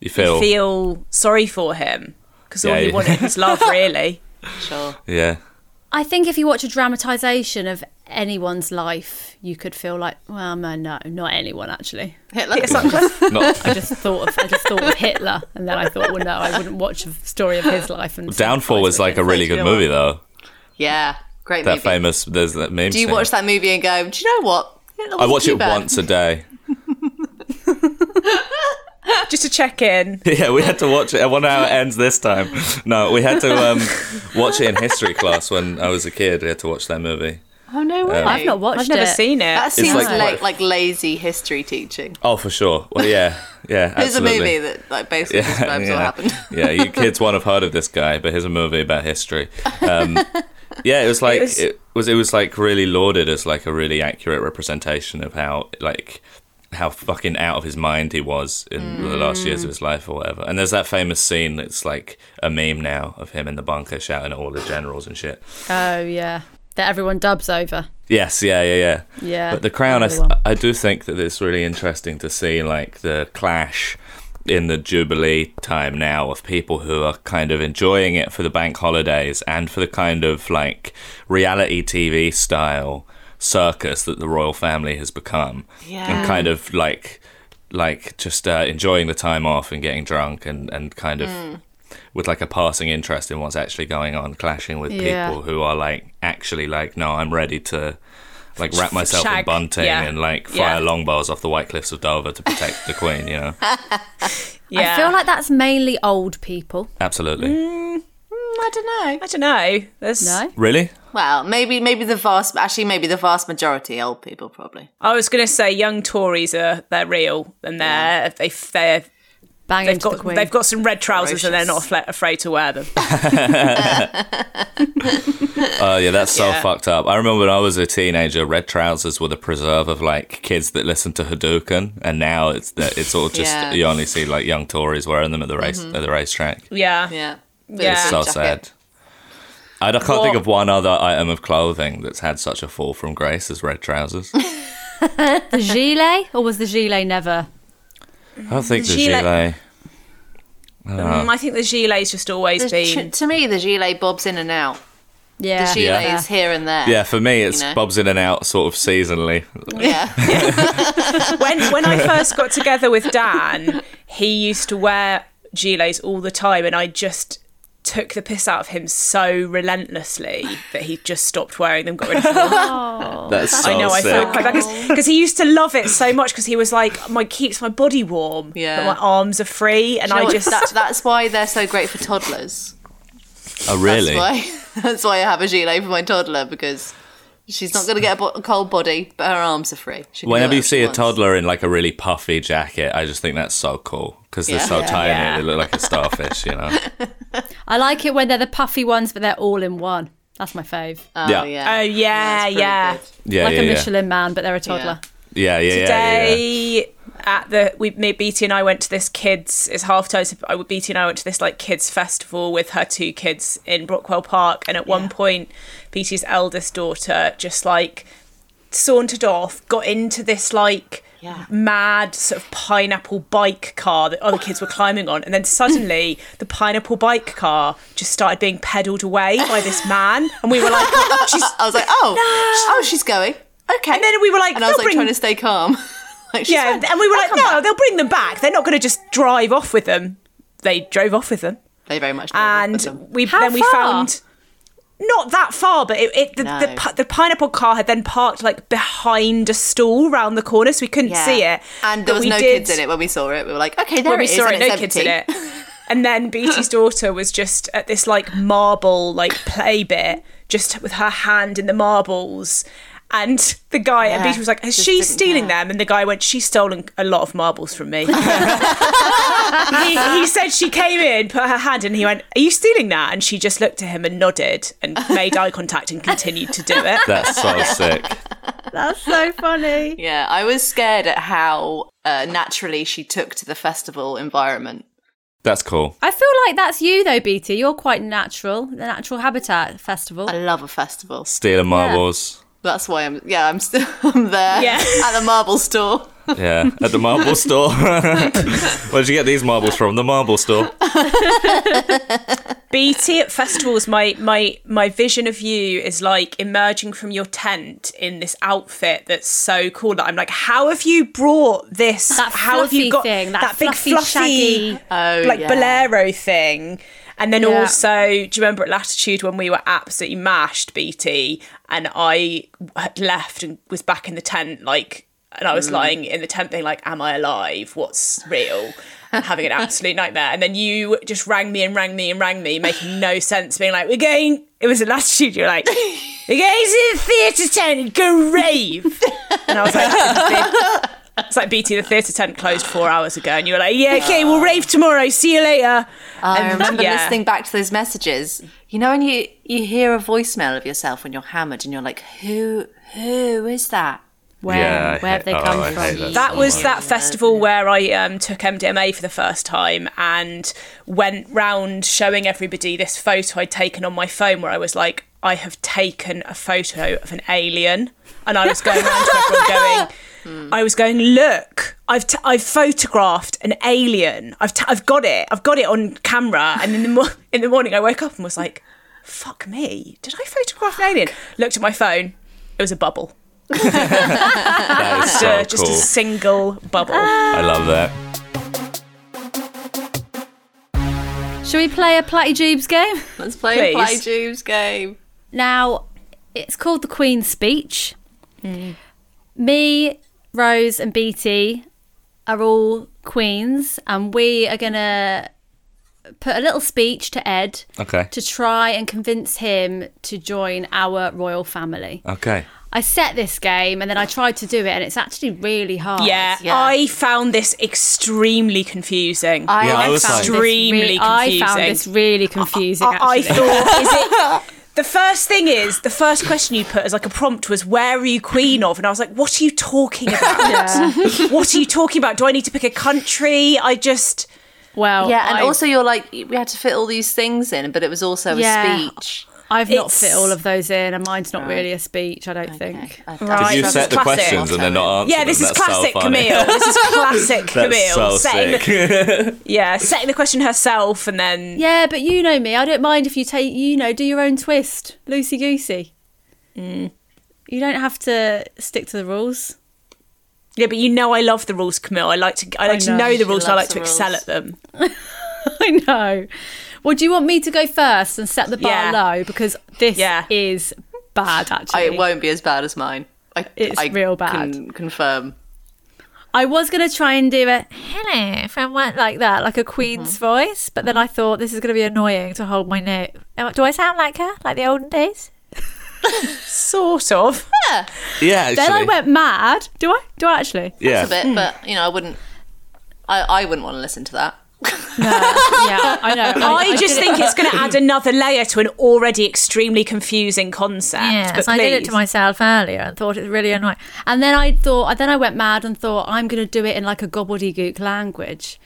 Speaker 4: You
Speaker 3: you
Speaker 4: feel,
Speaker 3: feel sorry for him because all
Speaker 4: Yeah,
Speaker 3: he
Speaker 4: you-
Speaker 3: wanted was love, really.
Speaker 2: Sure.
Speaker 4: yeah,
Speaker 1: I think if you watch a dramatisation of anyone's life, you could feel like, well, no, no, not anyone actually.
Speaker 2: Hitler.
Speaker 4: not
Speaker 1: I just thought of I just thought of Hitler, and then I thought, well, no, I wouldn't watch a story of his life. And
Speaker 4: Downfall was like a really good movie though.
Speaker 2: Yeah, great
Speaker 4: That
Speaker 2: movie.
Speaker 4: famous, there's that meme.
Speaker 2: Do you watch that movie and go, do you know what?
Speaker 4: I watch it once a day.
Speaker 3: Just to check in.
Speaker 4: Yeah, we had to watch it. I wonder how it ends this time. No, we had to um, watch it in history class when I was a kid. We had to watch that movie.
Speaker 2: Oh no way!
Speaker 1: I've not watched
Speaker 3: I've never
Speaker 1: it.
Speaker 3: seen it.
Speaker 2: That seems
Speaker 4: like
Speaker 2: like,
Speaker 4: quite-
Speaker 2: like lazy history teaching.
Speaker 4: Oh, for sure. Well, yeah, yeah.
Speaker 2: There's a
Speaker 4: absolutely.
Speaker 2: movie that like basically describes
Speaker 4: yeah.
Speaker 2: what happened.
Speaker 4: yeah, you kids won't have heard of this guy, but here's a movie about history. Um, yeah, it was like it
Speaker 3: was-
Speaker 4: was, it was like really lauded as like a really accurate representation of how like how fucking out of his mind he was in the last years of his life or whatever. And there's that famous scene that's like a meme now of him in the bunker shouting at all the generals and shit.
Speaker 1: Oh yeah, that everyone dubs over.
Speaker 4: Yes, yeah, yeah, yeah.
Speaker 1: Yeah,
Speaker 4: But the crown, I,
Speaker 1: another one.
Speaker 4: I do think that it's really interesting to see like the clash in the jubilee time now of people who are kind of enjoying it for the bank holidays and for the kind of like reality TV style circus that the royal family has become.
Speaker 2: Yeah.
Speaker 4: And kind of like like just uh, enjoying the time off and getting drunk and and kind of
Speaker 1: Mm.
Speaker 4: with like a passing interest in what's actually going on, clashing with
Speaker 1: Yeah.
Speaker 4: people who are like actually like, no, I'm ready to like wrap myself in
Speaker 3: shag.
Speaker 4: bunting
Speaker 3: Yeah.
Speaker 4: and like
Speaker 3: Yeah.
Speaker 4: fire longbows off the White Cliffs of Dover to protect the Queen. You know,
Speaker 3: Yeah.
Speaker 1: I feel like that's mainly old people.
Speaker 4: absolutely.
Speaker 2: I don't
Speaker 3: I
Speaker 2: know.
Speaker 3: don't know. There's
Speaker 1: No,
Speaker 4: Really?
Speaker 2: Well, maybe maybe the vast actually maybe the vast majority old people probably.
Speaker 3: I was going to say young Tories are they're real and they're they they're,
Speaker 1: banging
Speaker 3: they've
Speaker 1: into the
Speaker 3: got
Speaker 1: Queen.
Speaker 3: they've got some red trousers and they're not
Speaker 2: Ferocious.
Speaker 3: afla- afraid to wear them.
Speaker 4: Oh yeah, that's so
Speaker 3: Yeah.
Speaker 4: fucked up. I remember when I was a teenager, red trousers were the preserve of like kids that listened to Hadouken, and now it's that it's all just
Speaker 2: Yeah.
Speaker 4: you only see like young Tories wearing them at the race at the racetrack.
Speaker 3: Yeah.
Speaker 2: Yeah.
Speaker 3: Mm-hmm. Yeah.
Speaker 2: Bit of a jacket.
Speaker 4: so sad. I d- I can't think of one other item of clothing that's had such a fall from grace as red trousers. I
Speaker 1: the gilet, or was the gilet never?
Speaker 4: don't think the
Speaker 3: Gilet-
Speaker 4: gilet.
Speaker 3: Mm, I think the gilet's just always
Speaker 2: The-
Speaker 3: been.
Speaker 2: to, to me, the gilet bobs in and out. The
Speaker 1: Yeah,
Speaker 2: gilet
Speaker 4: Yeah.
Speaker 2: is here and there.
Speaker 4: Yeah, for me, it's
Speaker 2: know.
Speaker 4: bobs in and out sort of seasonally.
Speaker 2: Yeah.
Speaker 3: when when I first got together with Dan, he used to wear gilets all the time, and I just took the piss out of him so relentlessly that he just stopped wearing them, got rid of them.
Speaker 4: That's so
Speaker 3: Oh. I know, I
Speaker 4: sick.
Speaker 3: felt bad because he used to love it so much because he was like, my keeps my body warm,
Speaker 2: Yeah.
Speaker 3: but my arms are free, and
Speaker 2: You know
Speaker 3: I
Speaker 2: what?
Speaker 3: just
Speaker 2: That- that's why they're so great for toddlers.
Speaker 4: oh, really?
Speaker 2: That's why. That's why I have a gilet for my toddler because she's not going to get a, bo- a cold body, but her arms are free. She can do
Speaker 4: Whenever you
Speaker 2: whatever she
Speaker 4: see a
Speaker 2: wants.
Speaker 4: toddler in like a really puffy jacket, I just think that's so cool because they're
Speaker 2: Yeah.
Speaker 4: so
Speaker 2: Yeah.
Speaker 4: tiny,
Speaker 3: Yeah.
Speaker 4: they look like a starfish, you know.
Speaker 1: I like it when they're the puffy ones, but they're all in one. That's my fave.
Speaker 2: oh,
Speaker 4: Yeah.
Speaker 2: yeah,
Speaker 3: oh yeah,
Speaker 2: That's pretty
Speaker 3: yeah.
Speaker 2: good.
Speaker 4: Yeah,
Speaker 1: like
Speaker 4: yeah,
Speaker 1: a
Speaker 4: yeah.
Speaker 1: Michelin man, but they're a toddler.
Speaker 4: yeah, yeah, yeah, yeah, yeah.
Speaker 3: Today at the we me Beatty and I went to this kids it's half time so I Beatty and I went to this like kids festival with her two kids in Brockwell Park and at one point Beatty's eldest daughter just like sauntered off got into this like
Speaker 2: Yeah.
Speaker 3: mad sort of pineapple bike car that other kids were climbing on and then suddenly the pineapple bike car just started being pedaled away by this man and we were like she's
Speaker 2: I was like, oh, oh, she's going. Okay.
Speaker 3: and then we were like
Speaker 2: and I was
Speaker 3: "They'll
Speaker 2: like
Speaker 3: bring
Speaker 2: trying to stay calm. like, she's
Speaker 3: yeah,
Speaker 2: fine.
Speaker 3: and we were
Speaker 2: I'll
Speaker 3: like,
Speaker 2: come
Speaker 3: no,
Speaker 2: back."
Speaker 3: they'll bring them back. They're not going to just drive off with them. They drove off with them,
Speaker 2: They very much. um,
Speaker 3: and we
Speaker 1: How
Speaker 3: then we
Speaker 1: far?
Speaker 3: found not that far, but it, it the,
Speaker 2: No.
Speaker 3: the pi- the pineapple car had then parked like behind a stall round the corner, so we couldn't see it.
Speaker 2: And there
Speaker 3: But
Speaker 2: was
Speaker 3: we
Speaker 2: no
Speaker 3: did-
Speaker 2: kids in it when we saw it. We were like, okay, there
Speaker 3: when we
Speaker 2: it is,
Speaker 3: saw
Speaker 2: and
Speaker 3: it, no
Speaker 2: it's
Speaker 3: kids in
Speaker 2: empty.
Speaker 3: it. And then Beatty's daughter was just at this like marble like play bit, just with her hand in the marbles. And the guy and
Speaker 2: Yeah,
Speaker 3: Beatty was like, "Is
Speaker 2: just
Speaker 3: she
Speaker 2: didn't
Speaker 3: stealing
Speaker 2: care.
Speaker 3: them?" And the guy went, "She's stolen a lot of marbles from me." he, he said she came in, put her hand in. He went, "Are you stealing that?" And she just looked at him and nodded and made eye contact and continued to do it.
Speaker 4: That's so sick.
Speaker 1: That's so funny.
Speaker 2: Yeah, I was scared at how uh, naturally she took to the festival environment.
Speaker 4: That's cool.
Speaker 1: I feel like that's you though, BT. You're quite natural. The Natural Habitat Festival.
Speaker 2: I love a festival.
Speaker 4: Stealing marbles.
Speaker 2: That's why I'm. Yeah, I'm still I'm there
Speaker 3: Yeah.
Speaker 2: at the marble store.
Speaker 4: Yeah, at the marble store.
Speaker 3: Oh
Speaker 4: Where'd you get these marbles from? The marble store.
Speaker 3: BT at festivals, my my my vision of you is like emerging from your tent in this outfit that's so cool that I'm like, how have you brought this?
Speaker 1: That
Speaker 3: how have
Speaker 1: fluffy
Speaker 3: you got
Speaker 1: thing, that
Speaker 3: big
Speaker 1: fluffy, shaggy-
Speaker 3: fluffy
Speaker 2: Oh,
Speaker 3: like
Speaker 2: yeah.
Speaker 3: bolero thing? And then
Speaker 1: Yeah.
Speaker 3: also, do you remember at Latitude when we were absolutely mashed, BT, and I had left and was back in the tent, like, and I
Speaker 2: Mm.
Speaker 3: was lying in the tent, being like, "Am I alive? What's real?" And having an absolute nightmare. And then you just rang me and rang me and rang me, making no sense, being like, "We're going." It was at Latitude. You're like, "We're going to the theatre tent and go rave." And I was like. "The- It's like BT, the theatre tent closed four hours ago, and you were like, "Yeah, okay, we'll rave tomorrow. See you later."
Speaker 2: I remember
Speaker 3: yeah.
Speaker 2: listening back to those messages. You know, when you you hear a voicemail of yourself when you're hammered, and you're like, "Who who is that?"
Speaker 1: Where
Speaker 4: Yeah, I
Speaker 1: where have
Speaker 4: hate-
Speaker 1: they
Speaker 4: oh,
Speaker 1: come
Speaker 4: I hate
Speaker 1: from?
Speaker 4: that.
Speaker 3: That
Speaker 4: so
Speaker 3: was
Speaker 4: much.
Speaker 3: that festival where I um, took MDMA for the first time and went round showing everybody this photo I'd taken on my phone where I was like, I have taken a photo of an alien. And I was going around to everyone going, I was going, look, I've, t- I've photographed an alien. I've, t- I've got it. I've got it on camera. And in the, mo- in the morning, I woke up and was like, fuck me. Did I photograph an alien? Looked at my phone. It was a bubble.
Speaker 4: That is so
Speaker 3: Uh, just
Speaker 4: Oh, cool.
Speaker 3: a single bubble.
Speaker 4: I love that.
Speaker 1: Should we play a Platty Jubes game?
Speaker 2: Let's play
Speaker 3: Please.
Speaker 2: Play Jubes game.
Speaker 1: Now, it's called the Queen's Speech.
Speaker 3: Hmm.
Speaker 1: Me, Rose, and BT are all queens, and we are gonna put a little speech to Ed
Speaker 4: Okay.
Speaker 1: to try and convince him to join our royal family.
Speaker 4: Okay.
Speaker 1: I set this game, and then I tried to do it, and it's actually really hard.
Speaker 3: Yeah,
Speaker 2: Yeah.
Speaker 3: I found this extremely confusing.
Speaker 2: I,
Speaker 4: Yeah, I
Speaker 2: I
Speaker 4: was
Speaker 2: found
Speaker 4: like-
Speaker 1: This
Speaker 2: this-
Speaker 3: Extremely
Speaker 1: re- I found
Speaker 3: confusing.
Speaker 1: this really confusing.
Speaker 3: I, I
Speaker 1: actually.
Speaker 3: thought, is it. The first thing is, the first question you put as like a prompt was, Where are you queen of? And I was like, What are you talking about? What are you talking about? Do I need to pick a country? I just.
Speaker 1: well,
Speaker 2: yeah, and
Speaker 1: I-
Speaker 2: also you're like we had to fit all these things in, but it was also
Speaker 1: Yeah.
Speaker 2: a speech.
Speaker 1: I've not
Speaker 3: It's-
Speaker 1: fit all of those in, and mine's not really a speech. I don't think.
Speaker 2: I- I-
Speaker 3: Right.
Speaker 4: You
Speaker 3: This
Speaker 4: set
Speaker 3: is
Speaker 4: the
Speaker 3: classic.
Speaker 4: questions and they're not answered.
Speaker 3: Yeah, this is
Speaker 4: That's so
Speaker 3: classic
Speaker 4: funny.
Speaker 3: Camille. This is classic Camille.
Speaker 4: That's so
Speaker 3: setting the-
Speaker 4: sick.
Speaker 3: yeah, setting the question herself and then.
Speaker 1: Yeah, but you know me. I don't mind if you take, you know, do your own twist, loosey goosey.
Speaker 3: Mm.
Speaker 1: You don't have to stick to the rules.
Speaker 3: Yeah, but you know I love the rules, Camille. I like to I like to
Speaker 1: know.
Speaker 3: know the
Speaker 2: She
Speaker 3: rules and I
Speaker 2: loves
Speaker 3: like to
Speaker 2: the
Speaker 3: excel
Speaker 2: rules.
Speaker 3: at them.
Speaker 1: I know. Well, do you want me to go first and set the bar
Speaker 3: Yeah.
Speaker 1: low because this
Speaker 3: Yeah.
Speaker 1: is bad actually.
Speaker 2: I, it won't be as bad as mine. I,
Speaker 1: It's
Speaker 2: I
Speaker 1: real bad.
Speaker 2: Can confirm.
Speaker 1: I was going to try and do a hello from what like that, like a
Speaker 3: Mm-hmm.
Speaker 1: queen's voice, but then I thought this is going to be annoying to hold my note. Am- Do I sound like her, like the olden days?
Speaker 3: Sort of.
Speaker 4: Yeah, actually.
Speaker 1: Then I went mad. Do I? Do I actually?
Speaker 4: yeah.
Speaker 2: It's a
Speaker 1: Hmm.
Speaker 2: bit, but you know, I wouldn't. I, I wouldn't want to listen to that.
Speaker 4: Oh.
Speaker 1: yeah, I know.
Speaker 3: Uh, I, just think it's going to add another layer to an already extremely confusing concept.
Speaker 1: Yes,
Speaker 3: but
Speaker 1: I did it to
Speaker 3: please.
Speaker 1: myself earlier and thought it was really annoying. And then I thought, then I went mad and thought I'm going to do it in like a gobbledygook language.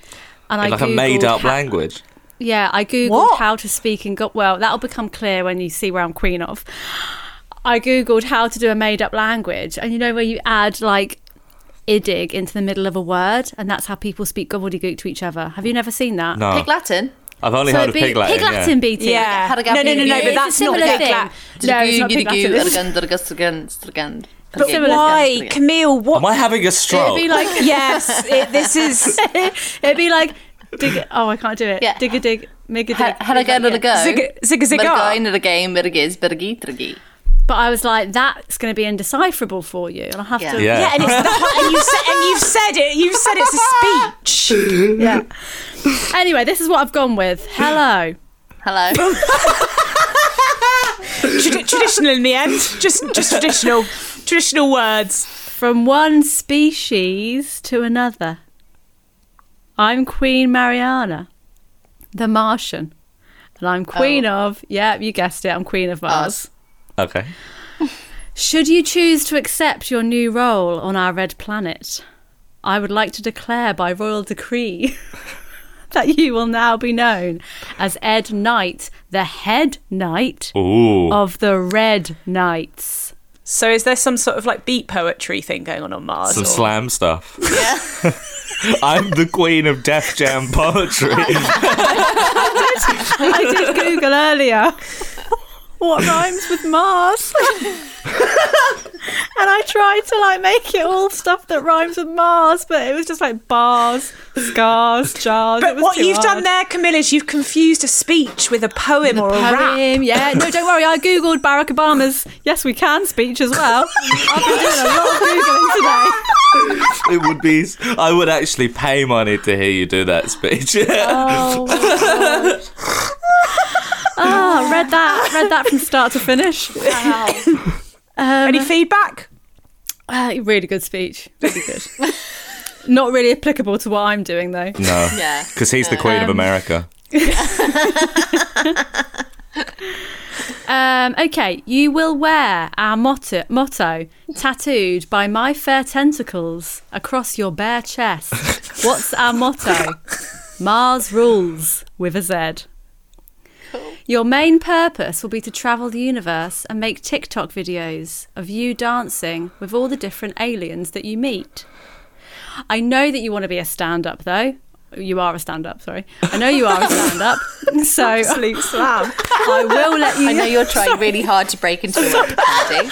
Speaker 1: And I
Speaker 4: like a
Speaker 1: Googled
Speaker 4: made up
Speaker 1: how-
Speaker 4: language.
Speaker 1: Yeah, I googled
Speaker 3: What?
Speaker 1: how to speak in Go- well, that'll become clear when you see where I'm queen of. I googled how to do a made up language, and you know where you add like idig into the middle of a word, and that's how people speak gobbledygook to each other. Have you never seen that?
Speaker 4: No.
Speaker 2: Pig Latin.
Speaker 4: I've only
Speaker 1: So
Speaker 4: heard
Speaker 1: it'd
Speaker 4: of
Speaker 1: be
Speaker 4: pig Latin. yeah.
Speaker 1: BT.
Speaker 3: Yeah.
Speaker 2: Had a
Speaker 3: No, no,
Speaker 2: gap-
Speaker 3: no, no,
Speaker 1: It's
Speaker 3: but
Speaker 1: a
Speaker 3: that's not
Speaker 1: similar
Speaker 3: pig
Speaker 1: thing.
Speaker 3: Latin.
Speaker 1: No, it's not pig Latin.
Speaker 3: But
Speaker 1: Similar
Speaker 3: why, Camille? What?
Speaker 4: Am I having a
Speaker 1: It'd
Speaker 4: stroke?
Speaker 1: be like
Speaker 3: yes, it, this is.
Speaker 1: it'd be like dig oh I can't do it.
Speaker 2: Yeah.
Speaker 1: Dig a dig make a dig.
Speaker 2: Had a go, had a go.
Speaker 3: Zig- zig- zig-
Speaker 2: Mergai,
Speaker 3: ah.
Speaker 2: nergai, mergiz, bergi, trgi.
Speaker 1: But I was like, that's gonna be indecipherable for you. And I'll have
Speaker 2: Yeah.
Speaker 1: to
Speaker 4: yeah.
Speaker 3: Yeah, and, it's the, whole- and, you've said, and you've said it. You've said it's a speech.
Speaker 1: Yeah. anyway, this is what I've gone with. Hello.
Speaker 2: Hello.
Speaker 3: Trad- traditional in the end. Just, just traditional, traditional words.
Speaker 1: From one species to another. I'm Queen Mariana, the Martian. And I'm Queen
Speaker 2: Oh.
Speaker 1: of, yeah, you guessed it, I'm Queen of Mars.
Speaker 4: okay.
Speaker 1: Should you choose to accept your new role on our red planet, I would like to declare by royal decree that you will now be known as Ed Knight, the head knight
Speaker 4: Ooh.
Speaker 1: of the Red Knights.
Speaker 3: So, is there some sort of like beat poetry thing going on on Mars?
Speaker 4: Some
Speaker 3: or-
Speaker 4: slam stuff. Yeah. I'm the queen of Def Jam poetry.
Speaker 1: I did Google earlier. What rhymes with Mars? and I tried to like make it all stuff that rhymes with Mars, but it was just like bars, scars, jars. it
Speaker 3: But
Speaker 1: was
Speaker 3: what
Speaker 1: too
Speaker 3: you've
Speaker 1: hard.
Speaker 3: done there, Camille, is you've confused a speech with a poem or a rap.
Speaker 1: Poem, yeah. No, don't worry. I googled Barack Obama's "Yes, we can" speech as well. I've been doing a lot of googling today.
Speaker 4: it would be. I would actually pay money to hear you do that speech.
Speaker 1: Oh, read that. Read that from start to finish.
Speaker 3: Any feedback?
Speaker 1: Uh, really good speech. Really good. Not really applicable to what I'm doing though.
Speaker 4: no.
Speaker 2: Yeah.
Speaker 4: Because he's the queen of America.
Speaker 1: Um, okay, you will wear our motto, motto tattooed by my fair tentacles across your bare chest. What's our motto? Mars rules with a Z. Your main purpose will be to travel the universe and make TikTok videos of you dancing with all the different aliens that you meet. I know that you want to be a stand up though. You are a stand up, sorry. I know you are a stand up. So
Speaker 3: Absolute slam.
Speaker 1: I will let you
Speaker 2: I know you're trying really hard to break into it, Andy.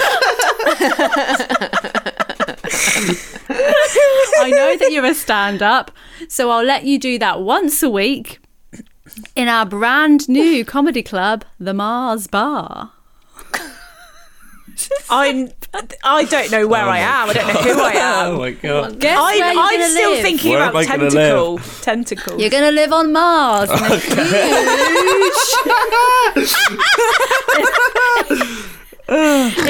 Speaker 1: I know that you're a stand up, so I'll let you do that once a week in our brand new comedy club, the Mars Bar.
Speaker 3: I'm. I don't know where I am. I don't know who I am.
Speaker 4: Oh my Oh god.
Speaker 1: Guess
Speaker 3: I'm,
Speaker 1: where you're
Speaker 3: I'm
Speaker 1: gonna
Speaker 3: still
Speaker 1: live?
Speaker 3: thinking
Speaker 4: Where am
Speaker 3: about
Speaker 4: I gonna
Speaker 3: tentacle. Tentacle.
Speaker 1: You're gonna live on Mars.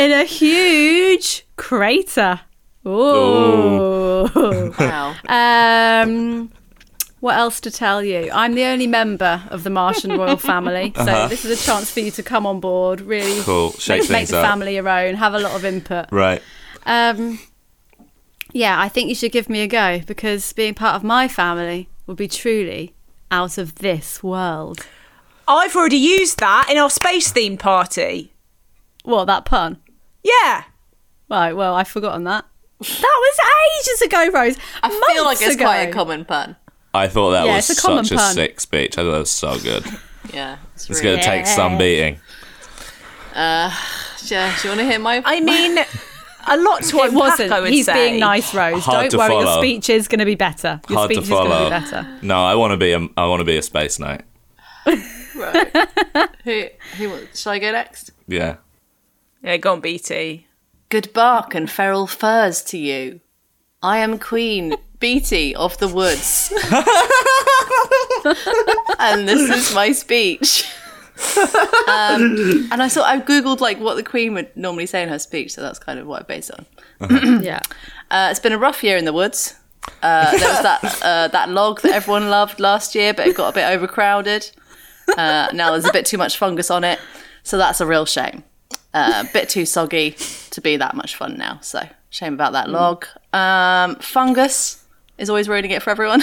Speaker 1: in a huge- in a huge crater. Ooh.
Speaker 2: Wow.
Speaker 1: Um, what else to tell you? I'm the only member of the Martian royal family, so this is a chance for you to come on board. Really
Speaker 4: Uh-huh. Cool. Shake
Speaker 1: make, make
Speaker 4: things
Speaker 1: the
Speaker 4: up.
Speaker 1: family your own. Have a lot of input.
Speaker 4: Right.
Speaker 1: Um, yeah, I think you should give me a go because being part of my family would be truly out of this world.
Speaker 3: I've already used that in our space theme party.
Speaker 1: What that pun?
Speaker 3: Yeah.
Speaker 1: Right. Well, I've forgotten that. That was ages ago, Rose.
Speaker 2: I feel like
Speaker 1: Months
Speaker 2: it's
Speaker 1: ago.
Speaker 2: quite a common pun.
Speaker 4: I thought that
Speaker 1: Yeah,
Speaker 4: was
Speaker 1: it's a common
Speaker 4: such a
Speaker 1: pun.
Speaker 4: sick speech. I thought that was so good.
Speaker 2: Yeah. It's
Speaker 4: It's
Speaker 2: really
Speaker 4: going to take some beating.
Speaker 2: Yeah, do you want to hear my?
Speaker 3: I mean, a lot to
Speaker 1: It
Speaker 3: unpack.
Speaker 1: wasn't.
Speaker 3: I would
Speaker 1: He's
Speaker 3: say.
Speaker 1: being nice, Rose.
Speaker 4: Hard
Speaker 1: Don't
Speaker 4: to
Speaker 1: worry. Your
Speaker 4: follow.
Speaker 1: speech is going to be better. Your
Speaker 4: Hard
Speaker 1: speech
Speaker 4: to
Speaker 1: is going to
Speaker 4: follow.
Speaker 1: be better.
Speaker 4: No, I want to be a. I want to be a space knight.
Speaker 2: Right. who, who, wants- shall I go next?
Speaker 4: Yeah.
Speaker 3: Yeah, go on, BT.
Speaker 2: Good bark and feral furs to you. I am Queen Beatty of the Woods. and this is my speech. um, and I saw I googled like what the Queen would normally say in her speech, so that's kind of what I based it on.
Speaker 1: Yeah.
Speaker 2: Uh, it's been a rough year in the woods. Uh, there was that uh, that log that everyone loved last year, but it got a bit overcrowded. Uh, now there's a bit too much fungus on it, so that's a real shame. Uh, a bit too soggy to be that much fun now. So shame about that log. Um, fungus is always ruining it for everyone.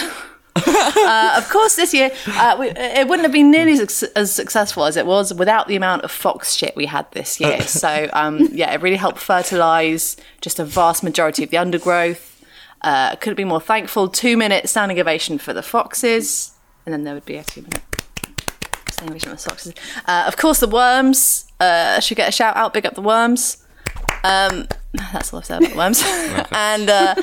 Speaker 2: uh, of course, this year uh, we, it wouldn't have been nearly as, as successful as it was without the amount of fox shit we had this year. so um, yeah, it really helped fertilise just a vast majority of the undergrowth. Uh, couldn't be more thankful. Two minute standing ovation for the foxes, and then there would be a two minute standing ovation for the foxes. Uh, of course, the worms uh, should get a shout out. Big up the worms. Um, that's all I've said about worms. and uh,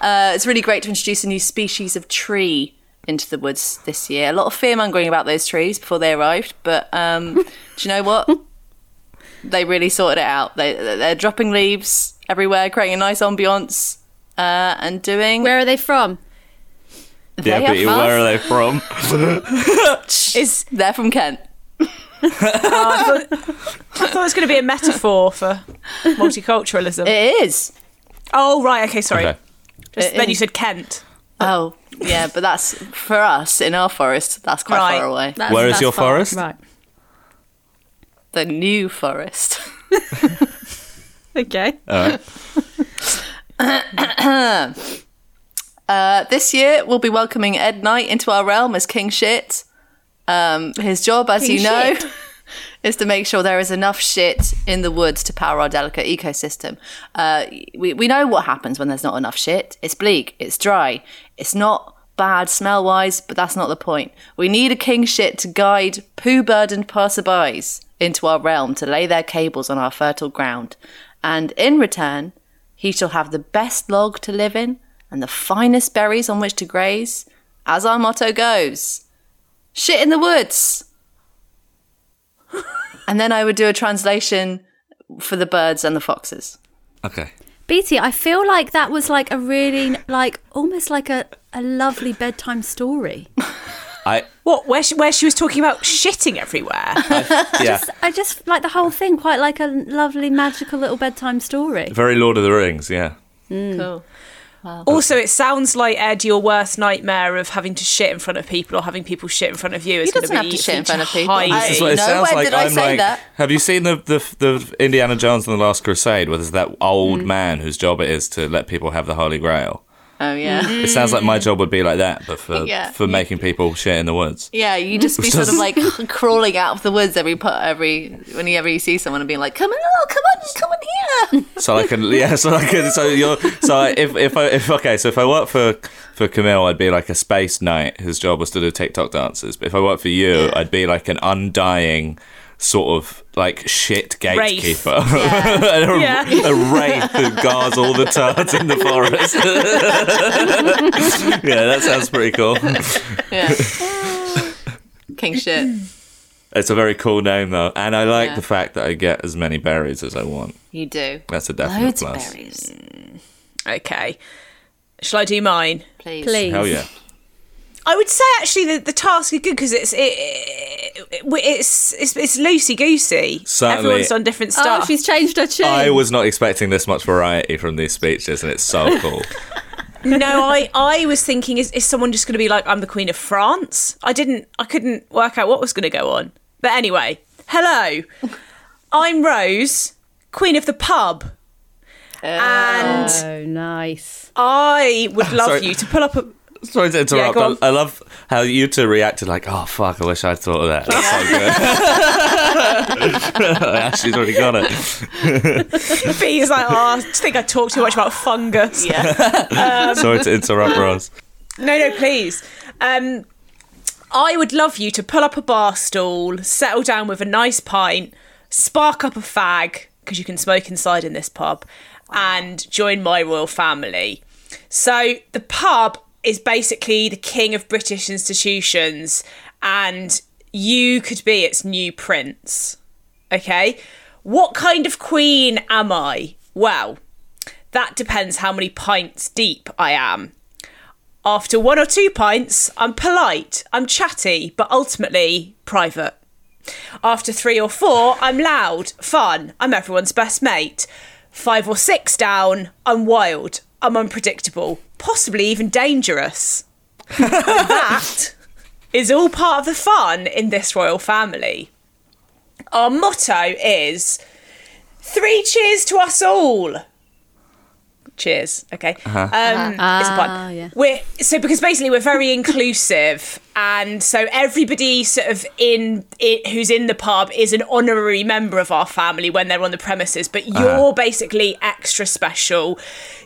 Speaker 2: uh, it's really great to introduce a new species of tree into the woods this year. A lot of fear mongering about those trees before they arrived, but um, do you know what? They really sorted it out. They, they're dropping leaves everywhere, creating a nice ambiance, uh, and doing.
Speaker 1: Where are they from?
Speaker 4: Yeah,
Speaker 2: They
Speaker 4: but
Speaker 2: are
Speaker 4: where are they from?
Speaker 3: Is
Speaker 2: They're from Kent.
Speaker 3: I thought it was going to be a metaphor for multiculturalism.
Speaker 2: It is.
Speaker 3: oh right, okay, sorry.
Speaker 4: Okay.
Speaker 3: Just,
Speaker 2: It
Speaker 3: then you
Speaker 2: is.
Speaker 3: said Kent.
Speaker 2: Oh, yeah, but that's for us in our forest. That's quite
Speaker 3: Right.
Speaker 2: far away.
Speaker 1: That's,
Speaker 4: Where is
Speaker 1: that's
Speaker 4: your
Speaker 1: far-
Speaker 4: forest?
Speaker 1: Right.
Speaker 2: The new forest.
Speaker 1: Okay.
Speaker 2: Uh, this year, we'll be welcoming Ed Knight into our realm as King Shit. Um, his job, as
Speaker 1: King
Speaker 2: you know,
Speaker 1: Shit.
Speaker 2: is to make sure there is enough shit in the woods to power our delicate ecosystem. Uh, we, we know what happens when there's not enough shit. It's bleak, it's dry, it's not bad smell wise, but that's not the point. We need a King Shit to guide poo burdened passerbys into our realm to lay their cables on our fertile ground. And in return, he shall have the best log to live in and the finest berries on which to graze, as our motto goes shit in the woods. and then I would do a translation for the birds and the foxes.
Speaker 4: Okay.
Speaker 1: Beatty, I feel like that was like a really like almost like a, a lovely bedtime story.
Speaker 4: I
Speaker 3: What? Where she, where she was talking about shitting everywhere?
Speaker 4: yeah.
Speaker 1: I just like the whole thing quite like a lovely magical little bedtime story.
Speaker 4: Very Lord of the Rings. Yeah.
Speaker 2: Cool.
Speaker 3: also, it sounds like Ed, your worst nightmare of having to shit in front of people or having people shit in front of you is going
Speaker 2: doesn't
Speaker 3: be
Speaker 2: have to shit in front of people.
Speaker 3: highly-
Speaker 2: I-
Speaker 4: This is what it
Speaker 2: No,
Speaker 4: sounds
Speaker 2: where
Speaker 4: like.
Speaker 2: did I
Speaker 4: I'm
Speaker 2: say
Speaker 4: like,
Speaker 2: that?
Speaker 4: have you seen the, the the Indiana Jones and the Last Crusade, where there's that old
Speaker 2: Mm.
Speaker 4: man whose job it is to let people have the Holy Grail?
Speaker 2: Oh, yeah.
Speaker 4: It sounds like my job would be like that, but for
Speaker 2: Yeah.
Speaker 4: for making people shit in the woods.
Speaker 2: Yeah, you just be
Speaker 4: Which
Speaker 2: sort of
Speaker 4: doesn't-
Speaker 2: like crawling out of the woods every part, every whenever you see someone and being like, "Come on, oh, come on, come on here!"
Speaker 4: So I can yeah. So I can so you're so I, if if I if okay. So if I work for for Camille, I'd be like a space knight whose job was to do TikTok dances. But if I work for you, I'd be like an undying. Sort of like shit gatekeeper, a,
Speaker 3: Yeah.
Speaker 4: a wraith who guards all the tarts in the forest. yeah, that sounds pretty cool.
Speaker 2: King shit.
Speaker 4: It's a very cool name though, and I like
Speaker 2: Yeah.
Speaker 4: the fact that I get as many berries as I want.
Speaker 2: You do.
Speaker 4: That's a definite
Speaker 2: Loads of
Speaker 4: plus.
Speaker 2: berries,
Speaker 3: Okay. Shall I do mine?
Speaker 2: please.
Speaker 1: Please.
Speaker 4: Hell yeah!
Speaker 3: I would say actually that the task is good because it's it, it, it's it's it's loosey goosey.
Speaker 4: Certainly.
Speaker 3: Everyone's done different
Speaker 1: Oh,
Speaker 3: stuff.
Speaker 1: she's changed her tune.
Speaker 4: I was not expecting this much variety from these speeches, and it's so cool.
Speaker 3: no, I I was thinking is is someone just going to be like I'm the Queen of France? I didn't I couldn't work out what was going to go on. But anyway, hello, I'm Rose, Queen of the pub, and
Speaker 1: oh, nice.
Speaker 3: I would love
Speaker 4: Sorry.
Speaker 3: you to pull up a.
Speaker 4: Sorry to
Speaker 3: Yeah,
Speaker 4: interrupt,
Speaker 3: go on.
Speaker 4: but I love how you two reacted like, oh fuck, I wish I'd thought of that. That's so good. Ashley's already got it.
Speaker 3: B is like, oh, I think I talk too much about fungus.
Speaker 2: Yeah.
Speaker 4: Sorry to interrupt, Ross.
Speaker 3: No, no, please. Um, I would love you to pull up a bar stool, settle down with a nice pint, spark up a fag, because you can smoke inside in this pub, and join my royal family. So the pub is basically the king of British institutions, and you could be its new prince. Okay? What kind of queen am I? Well, that depends how many pints deep I am. After one or two pints, I'm polite, I'm chatty, but ultimately private. After three or four, I'm loud, fun, I'm everyone's best mate. Five or six down, I'm wild, I'm unpredictable, possibly even dangerous. And that is all part of the fun in this royal family. Our motto is three cheers to us all. Cheers. Okay. Um, it's a pun.
Speaker 1: Ah, yeah.
Speaker 3: We're so because basically we're very inclusive, and so everybody sort of in it who's in the pub is an honorary member of our family when they're on the premises. But you're basically extra special.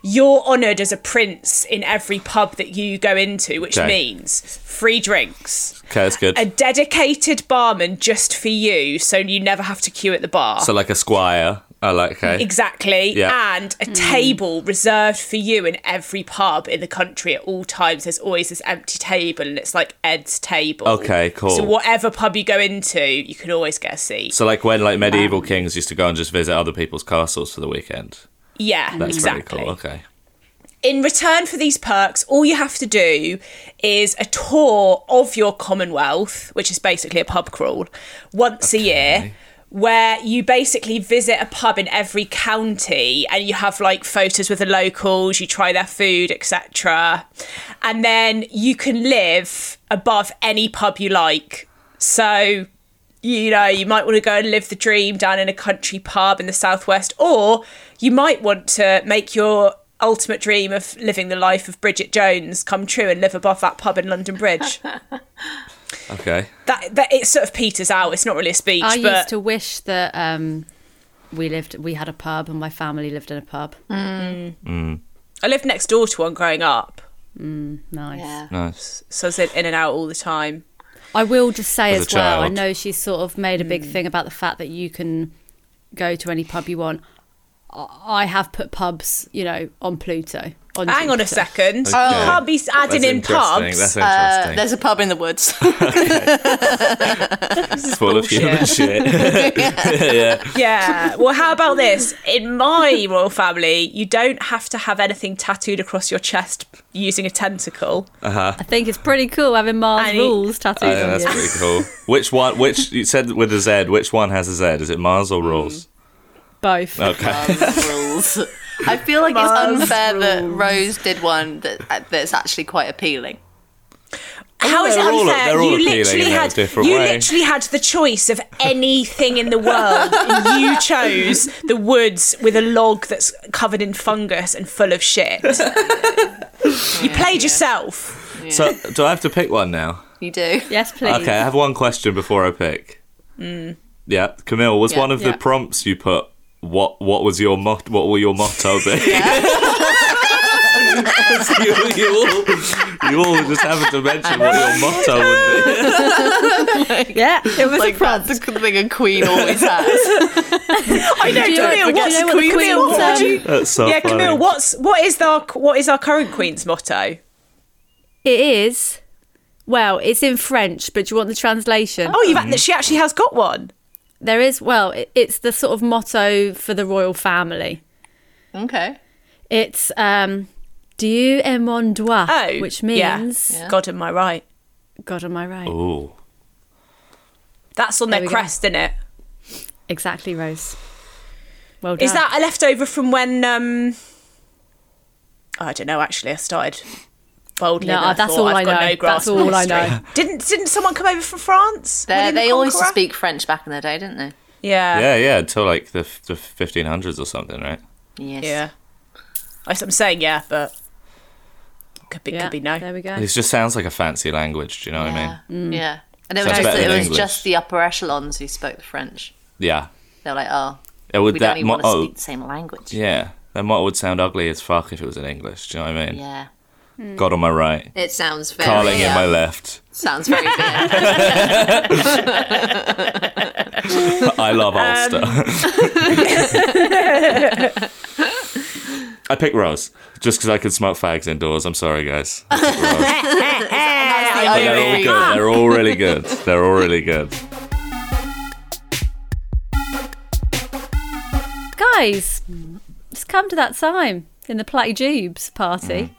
Speaker 3: You're honoured as a prince in every pub that you go into, which
Speaker 4: Okay.
Speaker 3: means free drinks,
Speaker 4: Okay, that's good.
Speaker 3: a dedicated barman just for you, so you never have to queue at the bar.
Speaker 4: so like a squire. I like. Okay.
Speaker 3: Exactly.
Speaker 4: Yeah.
Speaker 3: And a table reserved for you in every pub in the country at all times. There's always this empty table, and it's like Ed's table.
Speaker 4: Okay, cool.
Speaker 3: So, whatever pub you go into, you can always get a seat.
Speaker 4: So like when like medieval kings used to go and just visit other people's castles for the weekend.
Speaker 3: yeah,
Speaker 4: That's
Speaker 3: exactly.
Speaker 4: really cool. Okay.
Speaker 3: in return for these perks, all you have to do is a tour of your Commonwealth, which is basically a pub crawl, once a year, where you basically visit a pub in every county and you have like photos with the locals, you try their food, etc. And then you can live above any pub you like. So you know, you might want to go and live the dream down in a country pub in the southwest, or you might want to make your ultimate dream of living the life of Bridget Jones come true and live above that pub in London Bridge.
Speaker 4: Okay.
Speaker 3: that that it sort of peters out. It's not really a speech,
Speaker 1: I
Speaker 3: but
Speaker 1: used to wish that um, we lived, we had a pub, and my family lived in a pub.
Speaker 3: I lived next door to one growing up,
Speaker 1: Nice.
Speaker 2: Yeah.
Speaker 4: Nice.
Speaker 3: so I was in in and out all the time.
Speaker 1: I will just say
Speaker 4: As a
Speaker 1: as, well, I
Speaker 4: child.
Speaker 1: know she's sort of made a big
Speaker 3: Mm.
Speaker 1: thing about the fact that you can go to any pub you want. I I have put pubs, you know, on Pluto. On
Speaker 3: Hang on a
Speaker 1: Jupiter.
Speaker 3: second,
Speaker 4: Okay.
Speaker 3: you can't be adding
Speaker 4: That's
Speaker 3: in
Speaker 4: interesting.
Speaker 3: pubs.
Speaker 4: That's
Speaker 2: Uh,
Speaker 4: interesting.
Speaker 2: there's a pub in the woods.
Speaker 4: That's full of human shit.
Speaker 3: Yeah. Well, how about this? In my royal family, you don't have to have anything tattooed across your chest using a tentacle.
Speaker 1: I think it's pretty cool having Mars
Speaker 3: And-
Speaker 1: rules tattooed
Speaker 4: Oh, yeah,
Speaker 1: on
Speaker 4: that's
Speaker 1: you.
Speaker 4: pretty cool. Which one? Which you said with a Z? Which one has a Z? Is it Mars or Rules?
Speaker 1: Both.
Speaker 4: Okay.
Speaker 2: rules. I feel like
Speaker 3: Mars
Speaker 2: it's unfair that Rose did one that uh, that's actually quite appealing.
Speaker 3: How is it
Speaker 4: they're all-
Speaker 3: unfair?
Speaker 4: they're all
Speaker 3: you
Speaker 4: appealing
Speaker 3: literally
Speaker 4: in a
Speaker 3: had
Speaker 4: different
Speaker 3: you
Speaker 4: way.
Speaker 3: literally had the choice of anything in the world, and you chose the woods with a log that's covered in fungus and full of shit. you played yourself.
Speaker 4: So do I have to pick one now?
Speaker 2: You do.
Speaker 1: Yes, please.
Speaker 4: Okay, I have one question before I pick. Yeah, Camille, was
Speaker 2: Yeah.
Speaker 4: one of
Speaker 1: Yeah.
Speaker 4: the prompts you put what what was your mot- what will your motto be? you, you all, you all just happened to mention what your motto would be.
Speaker 1: Yeah, it was
Speaker 2: Like
Speaker 1: a prompt.
Speaker 2: that's the thing a queen always has.
Speaker 3: I know,
Speaker 1: Do you know-
Speaker 3: Camille.
Speaker 1: do you
Speaker 3: What's
Speaker 1: know what the
Speaker 3: Camille?
Speaker 1: Queen's,
Speaker 3: what would
Speaker 1: um,
Speaker 3: you-
Speaker 4: That's so
Speaker 3: yeah,
Speaker 4: funny.
Speaker 3: Camille. What's what is our what is our current queen's motto?
Speaker 1: It is. Well, it's in French, but do you want the translation?
Speaker 3: Oh, you've
Speaker 4: Mm.
Speaker 3: act- she actually has got one.
Speaker 1: There is. Well, it, it's the sort of motto for the royal family.
Speaker 2: Okay.
Speaker 1: It's um, Dieu et mon droit,
Speaker 3: Oh,
Speaker 1: which
Speaker 3: yeah.
Speaker 1: means
Speaker 2: Yeah.
Speaker 3: God, am I right?
Speaker 1: God, am I right?
Speaker 4: Ooh.
Speaker 3: That's on
Speaker 1: There
Speaker 3: their
Speaker 1: we go.
Speaker 3: crest, is it?
Speaker 1: Exactly, Rose. Well done.
Speaker 3: Is that a leftover from when? um I don't know. Actually, I started boldly.
Speaker 1: No,
Speaker 3: and then I
Speaker 1: that's
Speaker 3: thought,
Speaker 1: all
Speaker 3: I've
Speaker 1: I
Speaker 3: got
Speaker 1: know.
Speaker 3: no grasp
Speaker 1: That's
Speaker 3: on
Speaker 1: all I
Speaker 3: history.
Speaker 1: know.
Speaker 3: Didn't didn't someone come over from France?
Speaker 2: They
Speaker 3: William the
Speaker 2: they all used to
Speaker 3: Conqueror?
Speaker 2: speak French back in their day, didn't they?
Speaker 3: Yeah.
Speaker 4: Yeah, yeah, until like the f- the 1500s or something, right?
Speaker 2: Yes.
Speaker 3: Yeah. I- I'm saying yeah, but could be
Speaker 1: Yeah,
Speaker 3: could be no.
Speaker 1: There we go.
Speaker 4: It just sounds like a fancy language, do you know what I
Speaker 2: Yeah.
Speaker 4: mean?
Speaker 2: Yeah. And it was,
Speaker 4: Sounds
Speaker 2: just,
Speaker 4: better
Speaker 2: it
Speaker 4: than
Speaker 2: was
Speaker 4: English.
Speaker 2: just the upper echelons who spoke the French.
Speaker 4: Yeah.
Speaker 2: They were like, oh,
Speaker 4: It would
Speaker 2: we
Speaker 4: that
Speaker 2: don't even want to
Speaker 4: motto
Speaker 2: speak the same language.
Speaker 4: Yeah. That motto would sound ugly as fuck if it was in English, do you know what I mean?
Speaker 2: Yeah.
Speaker 4: God on my right.
Speaker 2: It sounds very.
Speaker 4: Carling in
Speaker 2: uh,
Speaker 4: my left.
Speaker 2: Sounds very good.
Speaker 4: I love
Speaker 2: Um.
Speaker 4: Ulster. I pick Rose just because I can smoke fags indoors. I'm sorry, guys. I pick Rose.
Speaker 2: That's the
Speaker 4: But they're all
Speaker 2: ivory.
Speaker 4: good. They're all really good. They're all really good.
Speaker 1: Guys, it's come to that time in the Platty Jubes
Speaker 4: Mm.
Speaker 1: party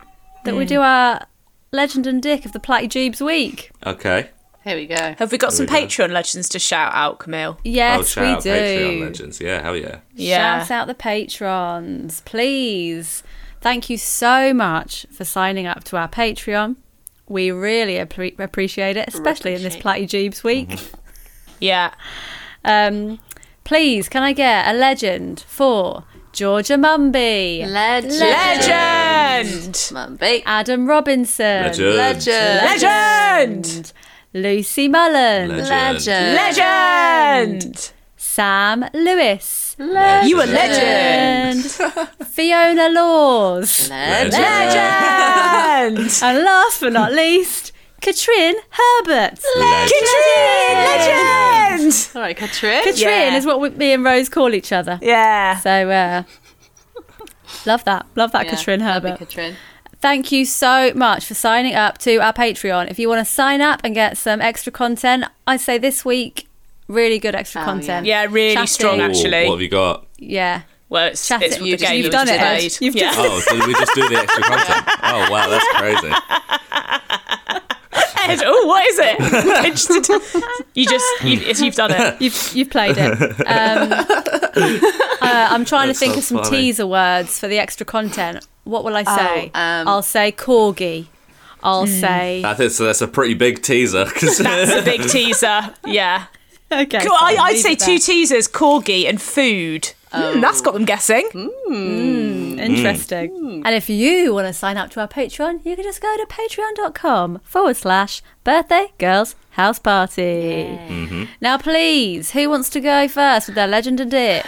Speaker 1: that
Speaker 3: Mm.
Speaker 1: we do our legend and dick of the Platty Jubes week.
Speaker 4: Okay.
Speaker 2: Here we go.
Speaker 3: Have we got some
Speaker 4: we go.
Speaker 3: Patreon legends to shout out, Camille?
Speaker 4: oh,
Speaker 1: Yes,
Speaker 4: shout
Speaker 1: we
Speaker 4: out
Speaker 1: do.
Speaker 4: Patreon legends. Yeah, hell yeah.
Speaker 3: Yeah.
Speaker 1: Shout out the patrons, please. Thank you so much for signing up to our Patreon. We really appre appreciate it, especially in this Platty Jeebs week.
Speaker 3: Yeah.
Speaker 4: Mm-hmm.
Speaker 1: Um, please, can I get a legend for Georgia Mumby,
Speaker 2: Legend.
Speaker 3: Legend!
Speaker 2: Mumby.
Speaker 1: Adam Robinson,
Speaker 4: Legend.
Speaker 2: Legend.
Speaker 3: Legend!
Speaker 1: Lucy Mullen,
Speaker 4: Legend.
Speaker 2: Legend.
Speaker 3: Legend!
Speaker 1: Sam Lewis,
Speaker 3: You a legend!
Speaker 1: and Fiona Laws,
Speaker 2: Legend.
Speaker 3: Legend!
Speaker 1: and last but not least, Katrin Herbert.
Speaker 3: Legend!
Speaker 2: All right, Katrin.
Speaker 1: Katrin
Speaker 3: Yeah.
Speaker 1: is what we, me and Rose call each other.
Speaker 3: Yeah.
Speaker 1: So, uh, love that. Love that,
Speaker 2: Yeah,
Speaker 1: Katrin
Speaker 2: that'd be
Speaker 1: Herbert.
Speaker 2: Katrin.
Speaker 1: Thank you so much for signing up to our Patreon. If you want to sign up and get some extra content, I say this week, really good extra
Speaker 2: Oh,
Speaker 1: content.
Speaker 3: Yeah, really
Speaker 1: Chatting.
Speaker 3: strong,
Speaker 4: Ooh,
Speaker 3: actually.
Speaker 4: What have you got?
Speaker 1: Yeah.
Speaker 3: well, it's,
Speaker 1: Chatting.
Speaker 3: it's the game
Speaker 1: You've
Speaker 3: you
Speaker 1: done it, Ed.
Speaker 3: played.
Speaker 1: You've
Speaker 3: yeah.
Speaker 4: Oh, so we just do the extra content. Oh, wow, that's crazy.
Speaker 3: Ed, oh, what is it? I just- you just, you, it's- you've done it.
Speaker 1: You've, you've played it. Um, uh, I'm trying
Speaker 4: That's
Speaker 1: to think
Speaker 4: so
Speaker 1: of some
Speaker 4: funny.
Speaker 1: teaser words for the extra content. What will I say?
Speaker 2: um,
Speaker 1: I'll say corgi. I'll say.
Speaker 4: I think so that's a pretty big teaser. 'cause-
Speaker 3: That's the big teaser. Yeah.
Speaker 1: Okay.
Speaker 3: Cool. I,
Speaker 1: fine,
Speaker 3: I'd
Speaker 1: leave
Speaker 3: say
Speaker 1: it
Speaker 3: two
Speaker 1: there.
Speaker 3: teasers corgi and food. Hmm, that's got them guessing.
Speaker 1: Interesting. And if you want to sign up to our Patreon, you can just go to patreon.com forward slash birthday girls house party.
Speaker 4: Mm-hmm.
Speaker 1: Now, please, who wants to go first with their legend and dick?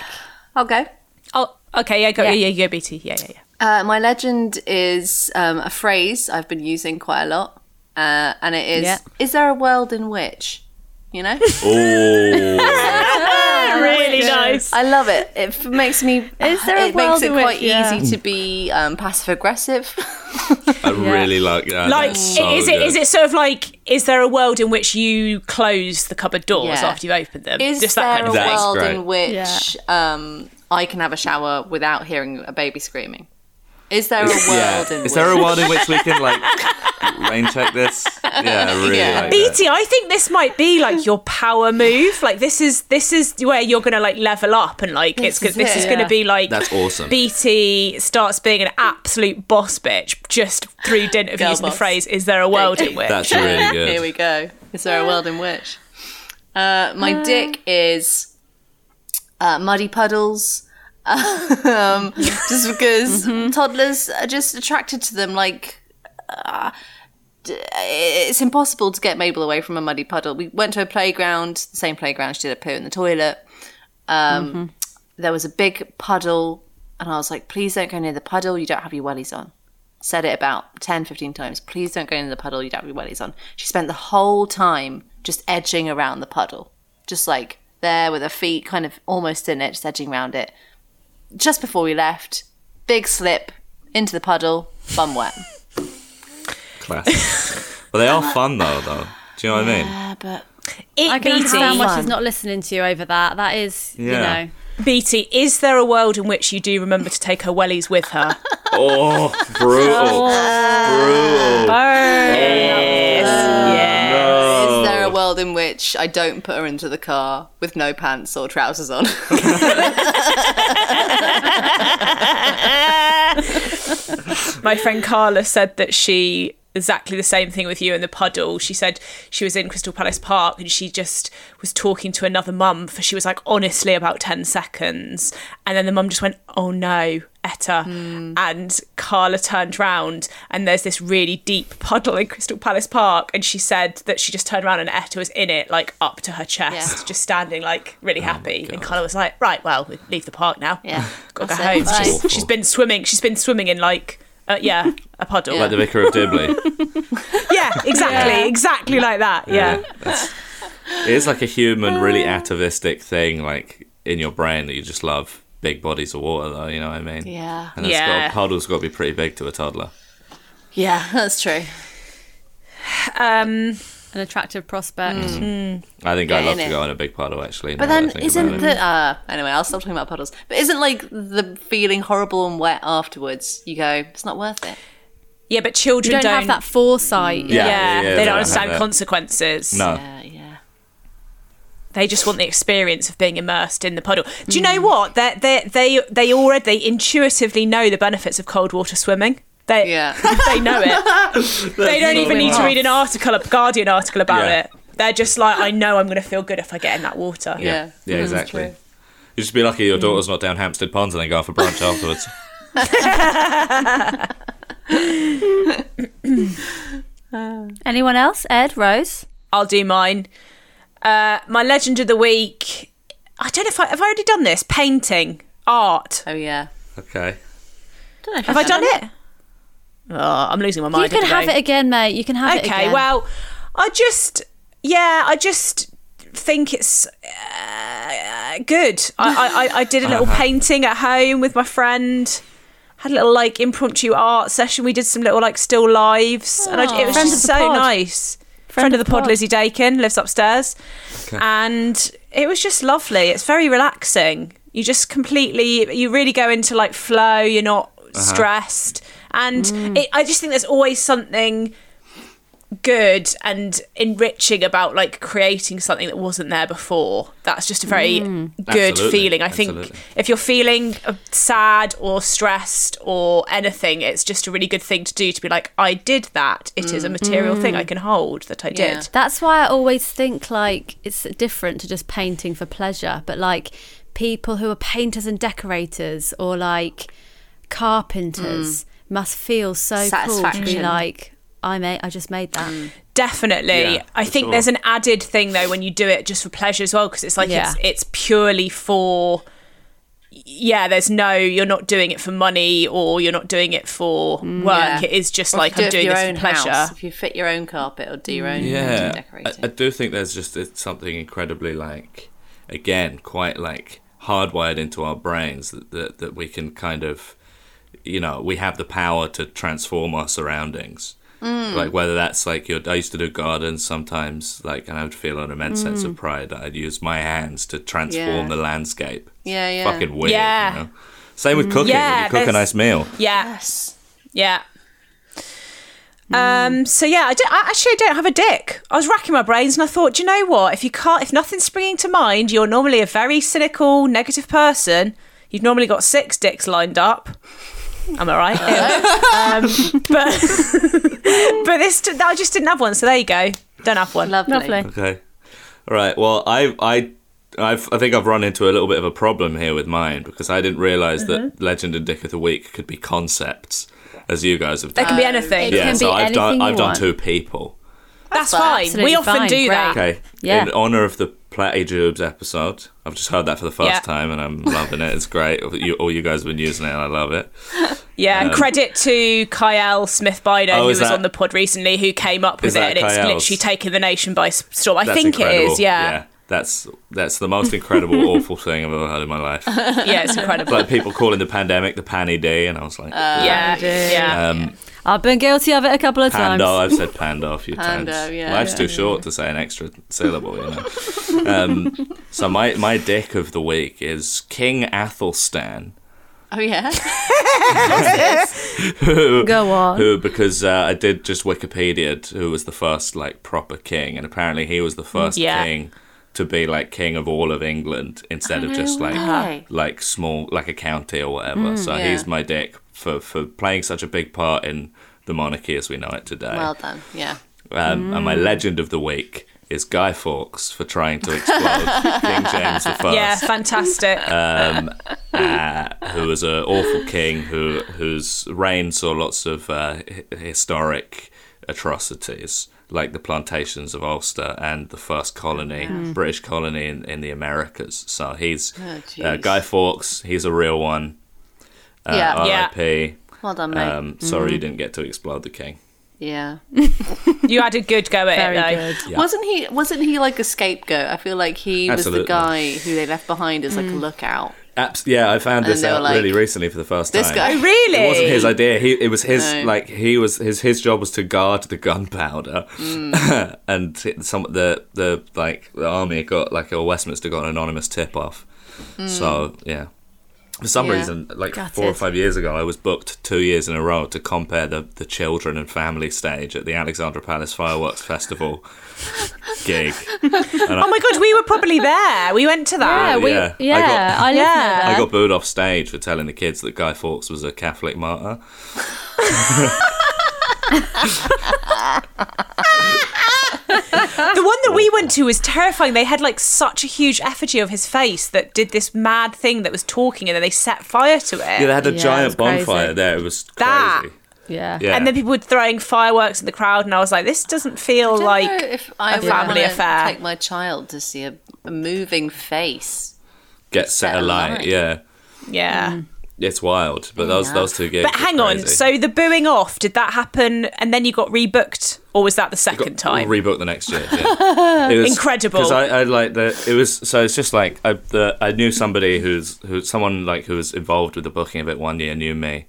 Speaker 2: I'll go.
Speaker 3: Oh, okay. Yeah, go.
Speaker 1: Yeah.
Speaker 3: Yeah, yeah, you go, BT. Yeah, yeah, yeah.
Speaker 2: Uh, my legend is um, a phrase I've been using quite a lot, uh, and it is:
Speaker 1: Yeah.
Speaker 2: "Is there a world in which?" You know,
Speaker 4: Ooh.
Speaker 3: really nice.
Speaker 2: I love it. It f- makes me.
Speaker 1: Is there a
Speaker 2: it
Speaker 1: world
Speaker 2: makes it
Speaker 1: in which-
Speaker 2: quite
Speaker 1: yeah.
Speaker 2: easy to be um, passive aggressive.
Speaker 4: I really like that.
Speaker 3: Like,
Speaker 4: That's so
Speaker 3: is it
Speaker 4: good.
Speaker 3: is it sort of like is there a world in which you close the cupboard doors
Speaker 2: Yeah.
Speaker 3: after you've opened them?
Speaker 2: is
Speaker 3: Just that
Speaker 2: there
Speaker 3: kind
Speaker 2: a
Speaker 3: of thing.
Speaker 4: That's
Speaker 2: world
Speaker 4: great.
Speaker 2: in which um, I can have a shower without hearing a baby screaming? Is there a world
Speaker 4: Yeah.
Speaker 2: in
Speaker 4: Is
Speaker 2: which?
Speaker 4: there a world in which we can like rain check this? Yeah, I really
Speaker 2: Yeah.
Speaker 4: like that.
Speaker 3: BT, I think this might be like your power move. Like this is this is where you're gonna like level up and like it's
Speaker 2: This
Speaker 3: go- this
Speaker 2: is
Speaker 3: is
Speaker 2: it.
Speaker 3: gonna
Speaker 2: Yeah.
Speaker 3: be like
Speaker 4: That's awesome.
Speaker 3: BT starts being an absolute boss bitch just through dint of
Speaker 2: Girl
Speaker 3: using the
Speaker 2: boss.
Speaker 3: phrase "Is there a world in which?"
Speaker 4: That's really good.
Speaker 2: Here we go. Is there a world in which? Uh, my dick is uh, muddy puddles. um, just because toddlers are just attracted to them. Like, uh, d- it's impossible to get Mabel away from a muddy puddle. We went to a playground, the same playground, she did a poo in the toilet. Um, There was a big puddle, and I was like, please don't go near the puddle, you don't have your wellies on said it about 10 15 times please don't go into the puddle you don't have your wellies on she spent the whole time just edging around the puddle just like there with her feet kind of almost in it just edging around it just before we left big slip into the puddle bum wet
Speaker 4: Classic. But they are fun though, though. Do you know what I mean?
Speaker 2: uh, but
Speaker 1: I
Speaker 3: It
Speaker 1: can understand
Speaker 3: BT,
Speaker 1: why she's not listening to you over that. That is,
Speaker 4: Yeah.
Speaker 1: you know.
Speaker 3: BT, is there a world in which you do remember to take her wellies with her?
Speaker 4: Oh, brutal,
Speaker 2: Oh.
Speaker 4: brutal. Oh.
Speaker 2: is there a world in which i don't put her into the car with no pants or trousers on
Speaker 3: My friend Carla said that she exactly the same thing with you in the puddle. She said she was in Crystal Palace Park and she just was talking to another mum for she was like honestly about 10 seconds and then the mum just went oh no Etta
Speaker 2: Hmm.
Speaker 3: and Carla turned round and there's this really deep puddle in Crystal Palace Park and she said that she just turned around and Etta was in it like up to her chest
Speaker 2: Yeah.
Speaker 3: just standing like really happy and Carla was like right well we leave the park now
Speaker 2: Yeah.
Speaker 3: gotta go
Speaker 2: That's it.
Speaker 3: home
Speaker 2: Bye.
Speaker 3: She's- she's been swimming she's been swimming in like uh, yeah a puddle
Speaker 4: Like the Vicar of Dibley.
Speaker 3: yeah, exactly, exactly like that. Yeah.
Speaker 4: that's- it is like a human, really
Speaker 2: Uh.
Speaker 4: atavistic thing, like in your brain that you just love big bodies of water, though. You know what I mean?
Speaker 2: Yeah.
Speaker 4: And it's
Speaker 3: Yeah.
Speaker 4: got, puddle's got to be pretty big to a toddler.
Speaker 2: yeah that's true
Speaker 3: Um,
Speaker 1: An attractive prospect.
Speaker 4: I think I'd
Speaker 2: Yeah,
Speaker 4: love
Speaker 2: innit?
Speaker 4: to go on a big puddle actually.
Speaker 2: But
Speaker 4: now that I
Speaker 2: then,
Speaker 4: think about
Speaker 2: isn't
Speaker 4: it.
Speaker 2: the uh, anyway? I'll stop talking about puddles. But isn't like the feeling horrible and wet afterwards? You go, it's not worth it.
Speaker 3: yeah, but children
Speaker 1: You don't, have that foresight.
Speaker 4: Yeah.
Speaker 3: yeah,
Speaker 4: yeah,
Speaker 3: they
Speaker 4: they
Speaker 3: don't
Speaker 4: don't
Speaker 3: understand
Speaker 4: have that.
Speaker 3: consequences.
Speaker 4: no?
Speaker 2: Yeah, yeah.
Speaker 3: They just want the experience of being immersed in the puddle. Do you know
Speaker 1: Mm.
Speaker 3: what? They they they they already intuitively know the benefits of cold water swimming. They
Speaker 2: Yeah.
Speaker 3: they know it. they don't even need to
Speaker 2: Wow.
Speaker 3: read an article, a Guardian article about
Speaker 4: Yeah.
Speaker 3: it. They're just like, I know I'm going to feel good if I get in that water.
Speaker 2: Yeah.
Speaker 4: Yeah, yeah,
Speaker 2: Mm,
Speaker 4: exactly.
Speaker 2: true.
Speaker 4: You should be lucky your daughter's not down Hampstead Ponds and then go off a brunch afterwards.
Speaker 1: Anyone else? Ed, Rose?
Speaker 3: I'll do mine. Uh, my legend of the week. I don't know if I have I already done this. Painting, art.
Speaker 2: Oh yeah.
Speaker 4: Okay.
Speaker 1: Don't know if
Speaker 3: Have I done it? Oh, I'm losing my
Speaker 1: You
Speaker 3: mind.
Speaker 1: can
Speaker 3: today.
Speaker 1: have it again, mate. You can have it
Speaker 3: okay
Speaker 1: again.
Speaker 3: well i just yeah i just think it's uh, good I, I- I i did a little painting at home with my friend had a little like impromptu art session we did some little like still lives and I, it was
Speaker 1: Friend
Speaker 3: just
Speaker 1: of the
Speaker 3: so
Speaker 1: pod.
Speaker 3: nice friend, of the pod, lizzie dakin lives upstairs and it was just lovely it's very relaxing you just completely you really go into like flow you're not stressed and
Speaker 1: Mm.
Speaker 3: it, i just think there's always something good and enriching about like creating something that wasn't there before. That's just a very good
Speaker 4: Absolutely,
Speaker 3: feeling. I think
Speaker 4: absolutely.
Speaker 3: if you're feeling uh, sad or stressed or anything, it's just a really good thing to do to be like, I did that. It is a material thing I can hold that I
Speaker 2: Yeah.
Speaker 3: did.
Speaker 1: That's why I always think like it's different to just painting for pleasure, but like people who are painters and decorators or like
Speaker 4: Mm.
Speaker 1: carpenters must feel so cool to be
Speaker 2: Satisfaction.
Speaker 1: like, I made, I just made that.
Speaker 4: Mm.
Speaker 3: Definitely.
Speaker 4: Yeah,
Speaker 3: I
Speaker 4: for
Speaker 3: think
Speaker 4: sure.
Speaker 3: there's an added thing though when you do it just for pleasure as well because it's like
Speaker 1: Yeah.
Speaker 3: it's it's purely for yeah, there's no you're not doing it for money or you're not doing it for work.
Speaker 2: Mm. Yeah.
Speaker 3: It is just
Speaker 2: Or
Speaker 3: like
Speaker 2: if you
Speaker 3: I'm
Speaker 2: do it
Speaker 3: doing
Speaker 2: for
Speaker 3: this
Speaker 2: your
Speaker 3: for
Speaker 2: own
Speaker 3: pleasure.
Speaker 2: house, if you fit your own carpet or do your own yeah.
Speaker 4: Yeah, I,
Speaker 2: decorating.
Speaker 4: I do think there's just it's something incredibly like, again, quite like hardwired into our brains that, that that we can kind of, you know, we have the power to transform our surroundings.
Speaker 2: Mm.
Speaker 4: Like whether that's like your, I used to do gardens sometimes, like, and I would feel an immense sense of pride that I'd use my hands to transform
Speaker 2: Mm. Yeah.
Speaker 4: the landscape.
Speaker 2: Yeah, yeah. Mm.
Speaker 4: Fucking weird.
Speaker 3: Yeah.
Speaker 4: You know? Same with cooking.
Speaker 3: Yeah,
Speaker 4: when you cook a
Speaker 3: there's-
Speaker 4: nice meal.
Speaker 3: Yeah,
Speaker 2: yes.
Speaker 3: yeah. Um. So yeah, I, don't, I actually I don't have a dick. I was racking my brains and I thought, do you know what? If you can't, if nothing's springing to mind, you're normally a very cynical, negative person. You've normally got six dicks lined up. Am I right? Ew. um, but but this I just didn't have one. So there you go. Don't have one.
Speaker 2: Lovely.
Speaker 4: Okay. All right. Well, I I I've, I think I've run into a little bit of a problem here with mine because I didn't realize
Speaker 3: Mm-hmm.
Speaker 4: that Legend and Dick of the Week could be concepts, as you guys have
Speaker 3: There
Speaker 4: done.
Speaker 3: can be anything.
Speaker 1: it
Speaker 4: yeah.
Speaker 1: can
Speaker 4: so
Speaker 1: be
Speaker 4: I've done
Speaker 1: anything you
Speaker 4: I've done
Speaker 1: want.
Speaker 4: two people.
Speaker 3: That's fine.
Speaker 1: absolutely
Speaker 3: We often
Speaker 1: fine,
Speaker 3: do
Speaker 1: great.
Speaker 3: that.
Speaker 4: Okay.
Speaker 1: Yeah.
Speaker 4: In honor of the Platy Jubes episode, I've just heard that for the first
Speaker 3: Yeah.
Speaker 4: time and I'm loving it. It's great. You, all you guys have been using it. and I love it.
Speaker 3: Yeah, and credit to Kyle Smith Bido,
Speaker 4: Um, Oh,
Speaker 3: who
Speaker 4: is
Speaker 3: was
Speaker 4: that-
Speaker 3: on the pod recently, who came up with
Speaker 4: Is
Speaker 3: it,
Speaker 4: that
Speaker 3: and it's
Speaker 4: Kyle's?
Speaker 3: literally taken the nation by s- storm. I
Speaker 4: That's
Speaker 3: think it
Speaker 4: incredible.
Speaker 3: is. Yeah,
Speaker 4: That's that's the most incredible, awful thing I've ever heard in my life.
Speaker 3: yeah, it's incredible.
Speaker 4: Like people calling the pandemic the Panny Day, and I was like,
Speaker 3: yeah, yeah.
Speaker 4: um,
Speaker 1: I've been guilty of it a couple of
Speaker 4: Pando.
Speaker 1: times.
Speaker 4: I've said pando a few
Speaker 2: Pando,
Speaker 4: times.
Speaker 2: yeah,
Speaker 4: Life's
Speaker 2: yeah.
Speaker 4: too short to say an extra syllable, you know. Um, so my my dick of the week is King Athelstan,
Speaker 2: Oh yeah.
Speaker 1: Go
Speaker 2: Oh.
Speaker 1: on.
Speaker 4: who because uh, I did just Wikipedia who was the first like proper king, and apparently he
Speaker 2: Mm,
Speaker 4: was the first
Speaker 3: Yeah.
Speaker 4: king to be like king of all of England instead of just like
Speaker 2: way.
Speaker 4: like small like a county or whatever. so
Speaker 2: Oh, Mm, Yeah.
Speaker 4: he's my dick for for playing such a big part in the monarchy as we know it today.
Speaker 2: well done. Yeah.
Speaker 4: Um, And my
Speaker 2: Mm.
Speaker 4: legend of the week is Guy Fawkes for trying to explode King James I,
Speaker 3: Yeah, fantastic.
Speaker 4: uh, who was an awful king who whose reign saw lots of uh, hi- historic atrocities, like the plantations of Ulster and the first colony,
Speaker 2: Mm.
Speaker 4: British colony in, in the Americas. So he's uh,
Speaker 2: Oh, jeez.
Speaker 4: Guy Fawkes. He's a real one. Uh,
Speaker 2: yeah. Mm.
Speaker 3: yeah.
Speaker 4: R.I.P.
Speaker 2: Well done, mate.
Speaker 4: Um, sorry you didn't get to explode the king.
Speaker 2: yeah.
Speaker 3: you had a good go at
Speaker 1: Very
Speaker 3: it, though.
Speaker 1: good.
Speaker 4: Yeah.
Speaker 2: Wasn't he? Wasn't he like a scapegoat? I feel like he was
Speaker 4: Absolutely.
Speaker 2: Mm. the guy who they left behind as like a lookout.
Speaker 4: Abs- yeah, I found
Speaker 2: And
Speaker 4: this
Speaker 2: they were
Speaker 4: out
Speaker 2: like,
Speaker 4: really recently for the first
Speaker 2: this
Speaker 4: time.
Speaker 2: guy-
Speaker 3: Oh, really?
Speaker 4: It wasn't his idea. He it was his
Speaker 2: No.
Speaker 4: like he was his his job was to guard the gunpowder, and some the the like the army got like or Westminster got an anonymous tip off. So yeah, for some
Speaker 2: Yeah.
Speaker 4: reason, like four or
Speaker 1: Gutted.
Speaker 4: five years ago, I was booked two years in a row to compare the the children and family stage at the Alexandra Palace Fireworks Festival gig.
Speaker 3: Oh my god, we were probably there. We went to
Speaker 1: Yeah,
Speaker 3: that.
Speaker 1: we,
Speaker 4: yeah.
Speaker 1: yeah.
Speaker 4: I got-
Speaker 1: I, live
Speaker 3: Yeah.
Speaker 1: near
Speaker 4: I
Speaker 1: there.
Speaker 4: got booed off stage for telling the kids that Guy Fawkes was a Catholic martyr.
Speaker 3: The one that we went to was terrifying. They had like such a huge effigy of his face that did this mad thing that was talking, and then they set fire to it.
Speaker 4: Yeah, they had a
Speaker 1: Yeah,
Speaker 4: giant
Speaker 1: it was
Speaker 4: bonfire
Speaker 1: crazy.
Speaker 4: there. It was crazy.
Speaker 3: That-
Speaker 1: yeah.
Speaker 4: Yeah.
Speaker 3: And then people were throwing fireworks in the crowd, and I was like, "This doesn't feel
Speaker 2: don't
Speaker 3: like."
Speaker 2: know if I would
Speaker 3: family
Speaker 2: wanna
Speaker 3: affair.
Speaker 2: Take my child to see a, a moving face.
Speaker 4: Get set alight.
Speaker 2: alight.
Speaker 4: Yeah.
Speaker 3: Yeah.
Speaker 4: It's wild. But those
Speaker 2: Yeah.
Speaker 4: those two gigs.
Speaker 3: But
Speaker 4: were
Speaker 3: hang on.
Speaker 4: crazy.
Speaker 3: So the booing off did that happen, and then you got rebooked, or was that the
Speaker 4: Got-
Speaker 3: second time?
Speaker 4: we'll Rebook the next year. yeah. It was,
Speaker 3: Incredible.
Speaker 4: Because I, I like the it was so it's just like I the, I knew somebody who's who someone like who was involved with the booking of it one year knew me,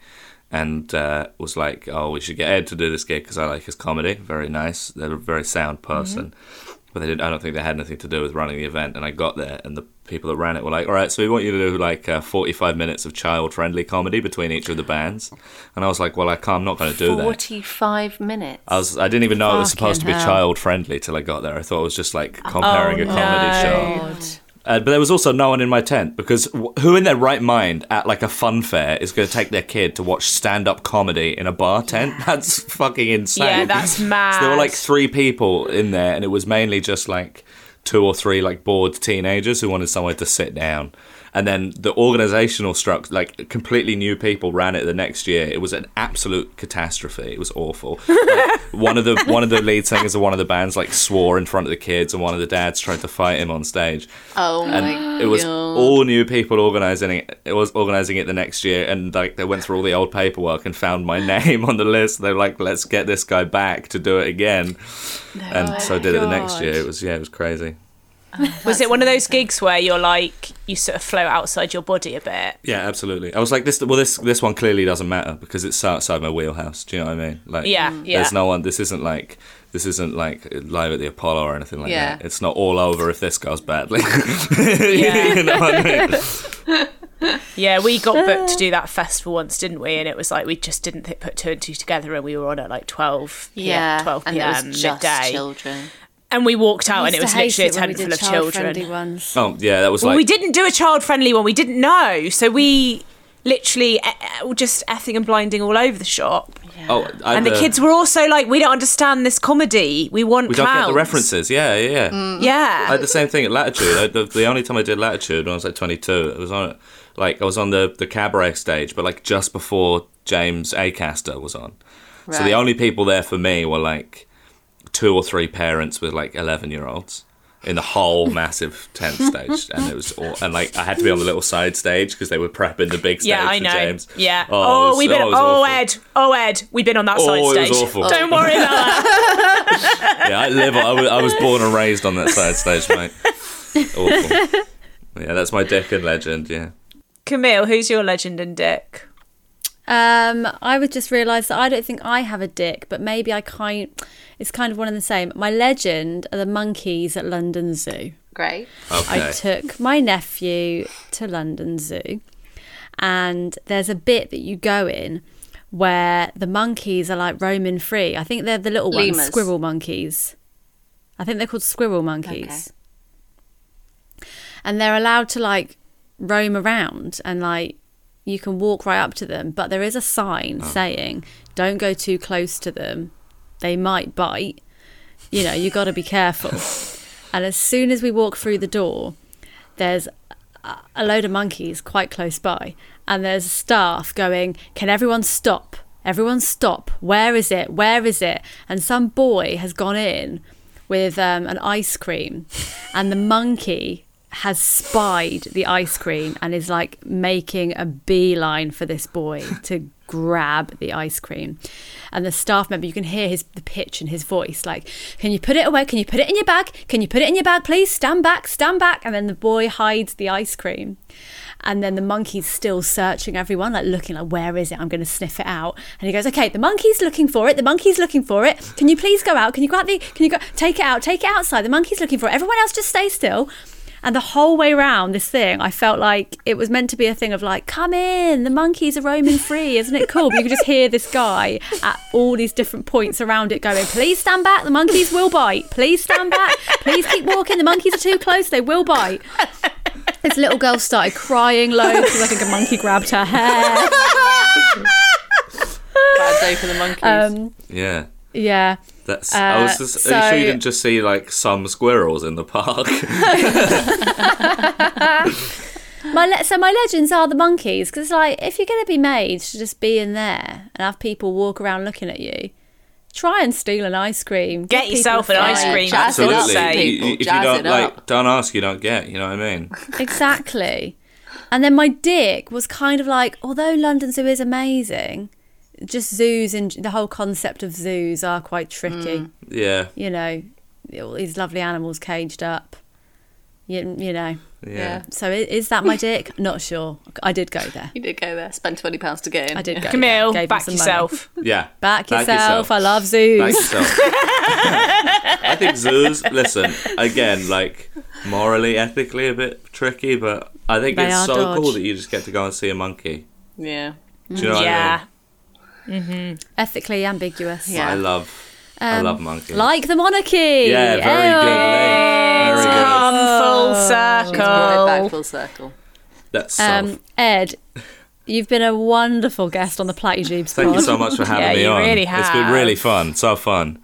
Speaker 4: and uh, was like, oh, we should get Ed to do this gig because I like his comedy. Very nice. They're a very sound person.
Speaker 3: Mm-hmm.
Speaker 4: But they didn't. I don't think they had anything to do with running the event. And I got there, and the people that ran it were like, "All right, so we want you to do like uh, forty-five minutes of child-friendly comedy between each of the bands." And I was like, "Well, I can't. I'm not going to do that."
Speaker 2: Forty-five minutes.
Speaker 4: I was I didn't even know it was supposed to be
Speaker 1: Fucking hell. Oh,
Speaker 4: child friendly till I got there. I thought it was just like comparing a comedy show.
Speaker 2: Oh, God.
Speaker 4: Uh, but there was also no one in my tent because wh- who in their right mind at like a fun fair is going to take their kid to watch stand up comedy in a bar tent? That's fucking insane.
Speaker 3: yeah, that's mad.
Speaker 4: So there were like three people in there, and it was mainly just like two or three like bored teenagers who wanted somewhere to sit down. And then the organizational structure, like completely new people, ran it the next year. It was an absolute catastrophe. It was awful. Like, one of the one of the lead singers of one of the bands like swore in front of the kids, and one of the dads tried to fight him on stage
Speaker 2: Oh my
Speaker 4: and it was
Speaker 2: God.
Speaker 4: all new people organizing it. It was organizing it the next year, and like they went through all the old paperwork and found my name on the list. They're like, "Let's get this guy back to do it again," and so I did it the next year. It was yeah, it was crazy.
Speaker 3: was it one of those gigs where you're like you sort of float outside your body a bit?
Speaker 4: Yeah, absolutely. I was like, "This well, this this one clearly doesn't matter because it's outside my wheelhouse." Do you know what I mean? Like,
Speaker 3: Yeah, yeah.
Speaker 4: There's no one. This isn't like. This isn't like live at the Apollo or anything like
Speaker 2: Yeah.
Speaker 4: that. It's not all over if this goes badly.
Speaker 3: Yeah.
Speaker 4: you know what I mean?
Speaker 3: Yeah, we got booked to do that festival once, didn't we? And it was like we just didn't th- put two and two together, and we were on at like twelve, yeah,
Speaker 2: yeah,
Speaker 3: twelve
Speaker 2: and it
Speaker 3: p.m.
Speaker 2: was just
Speaker 3: midday,
Speaker 2: children.
Speaker 3: and we walked out,
Speaker 1: I
Speaker 3: and it
Speaker 1: used
Speaker 3: was
Speaker 1: to hate Oh,
Speaker 3: literally a
Speaker 1: it when we
Speaker 3: tent
Speaker 1: did
Speaker 3: full of
Speaker 1: child-friendly
Speaker 3: children.
Speaker 1: Ones.
Speaker 4: Oh yeah, that was
Speaker 3: Well,
Speaker 4: like
Speaker 3: we didn't do a child-friendly one. We didn't know, so we literally eh, eh, just effing and blinding all over the shop.
Speaker 4: oh, I,
Speaker 3: And the kids were also like, "We don't understand this comedy. We want
Speaker 4: We don't get the
Speaker 3: clowns." Mm.
Speaker 4: references. Yeah, yeah, yeah.
Speaker 3: Yeah,
Speaker 4: I had the same thing at Latitude. I, the, the only time I did Latitude when I was like 22, I was on like I was on the the cabaret stage, but like just before James Acaster was on. So the
Speaker 2: Right.
Speaker 4: only people there for me were like two or three parents with like 11 year olds in the whole massive tent stage, and it was all and like I had to be on the little side stage because they were prepping the big stage
Speaker 3: yeah, I
Speaker 4: for
Speaker 3: know.
Speaker 4: James.
Speaker 3: Yeah.
Speaker 4: it
Speaker 3: Oh,
Speaker 4: was-
Speaker 3: we've been.
Speaker 4: it was
Speaker 3: Oh,
Speaker 4: awful.
Speaker 3: Ed. Oh, Ed. We've been on that
Speaker 4: Oh,
Speaker 3: side
Speaker 4: it was
Speaker 3: stage. Oh.
Speaker 4: awful.
Speaker 3: Don't worry about that.
Speaker 4: Yeah, I live. I was, I was born and raised on that side stage, mate. Awful. Yeah, that's my Dick and legend. Yeah.
Speaker 3: Camille, who's your legend and dick?
Speaker 1: Um, I would just realise that I don't think I have a dick, but maybe I kind. It's kind of one and the same. My legend are the monkeys at London Zoo.
Speaker 2: Great.
Speaker 4: Okay.
Speaker 1: I took my nephew to London Zoo, and there's a bit that you go in where the monkeys are like roaming free. I think they're the little
Speaker 2: Lemurs.
Speaker 1: ones, squirrel monkeys. I think they're called squirrel monkeys. And they're allowed to like roam around and like you can walk right up to them, but there is a sign saying don't go too close to them. They might bite. You know, you got to be careful. And as soon as we walk through the door, there's a- a load of monkeys quite close by, and there's staff going, "Can everyone stop? Everyone stop! Where is it? Where is it?" And some boy has gone in with um, an ice cream, and the monkey has spied the ice cream and is like making a beeline for this boy to grab the ice cream. And the staff member, you can hear his the pitch in his voice, like, "Can you put it away? Can you put it in your bag? Can you put it in your bag, please? Stand back, stand back." And then the boy hides the ice cream, And then the monkey's still searching everyone, like looking like, where is it? I'm going to sniff it out. And he goes, okay, the monkey's looking for it. The monkey's looking for it. Can you please go out? Can you go out the? Can you go take it out? Take it outside. The monkey's looking for it. Everyone else, just stay still. And the whole way round this thing, I felt like it was meant to be a thing of like, come in, the monkeys are roaming free, isn't it cool? But you could just hear this guy at all these different points around it going, please stand back, the monkeys will bite. Please stand back, please keep walking, the monkeys are too close, they will bite. This little girl started crying loads because I think a monkey grabbed her hair.
Speaker 2: Bad day for the monkeys.
Speaker 4: Yeah.
Speaker 1: Yeah.
Speaker 4: That's. I was just, are you
Speaker 1: Uh, so-
Speaker 4: sure you didn't just see like some squirrels in the park?
Speaker 1: My le- so my legends are the monkeys because like if you're gonna be made to just be in there and have people walk around looking at you, try and steal an ice cream. Give
Speaker 3: Get
Speaker 1: people
Speaker 3: yourself an
Speaker 1: a
Speaker 3: ice
Speaker 1: fright.
Speaker 3: cream.
Speaker 2: Jazz it up,
Speaker 3: Absolutely.
Speaker 2: people.
Speaker 4: You- you- if you
Speaker 2: Jazz
Speaker 4: don't
Speaker 2: it up.
Speaker 4: like, don't ask, you don't get. You know what I mean?
Speaker 1: Exactly. And then my dick was kind of like, although London Zoo is amazing, just zoos and the whole concept of zoos are quite tricky.
Speaker 3: Hmm.
Speaker 4: Yeah.
Speaker 1: You know, all these lovely animals caged up. You, you know.
Speaker 4: Yeah.
Speaker 2: Yeah.
Speaker 1: So i- is that my dick? Not sure. I did go there.
Speaker 2: You did go there. Spend twenty pounds to get in.
Speaker 1: I did go. there. Gave
Speaker 3: Camille,
Speaker 1: him
Speaker 3: back
Speaker 1: some money.
Speaker 3: yourself.
Speaker 4: Yeah.
Speaker 1: Back yourself. I love zoos.
Speaker 4: Back yourself. I think zoos. Listen, again, like morally, ethically, a bit tricky, but I think
Speaker 1: They
Speaker 4: it's
Speaker 1: are
Speaker 4: so cool
Speaker 1: dodge.
Speaker 4: that you just get to go and see a monkey.
Speaker 2: Yeah.
Speaker 4: Do you know what I
Speaker 3: Yeah.
Speaker 4: mean?
Speaker 1: Ethically ambiguous.
Speaker 2: Yeah.
Speaker 4: I love. I love monkeys.
Speaker 1: Like the monarchy.
Speaker 4: yeah, very
Speaker 1: Ew.
Speaker 4: good. Lee. Very good.
Speaker 3: Come full
Speaker 2: Brought it back
Speaker 3: circle.
Speaker 2: full circle.
Speaker 4: That's
Speaker 1: Um,
Speaker 4: um,
Speaker 1: Ed, you've been a wonderful guest on the Platy Jeeps
Speaker 4: Thank you
Speaker 1: pod.
Speaker 4: so much for having
Speaker 3: Yeah,
Speaker 4: me
Speaker 3: you
Speaker 4: on.
Speaker 3: really
Speaker 4: It's been
Speaker 3: have.
Speaker 4: really fun. So fun.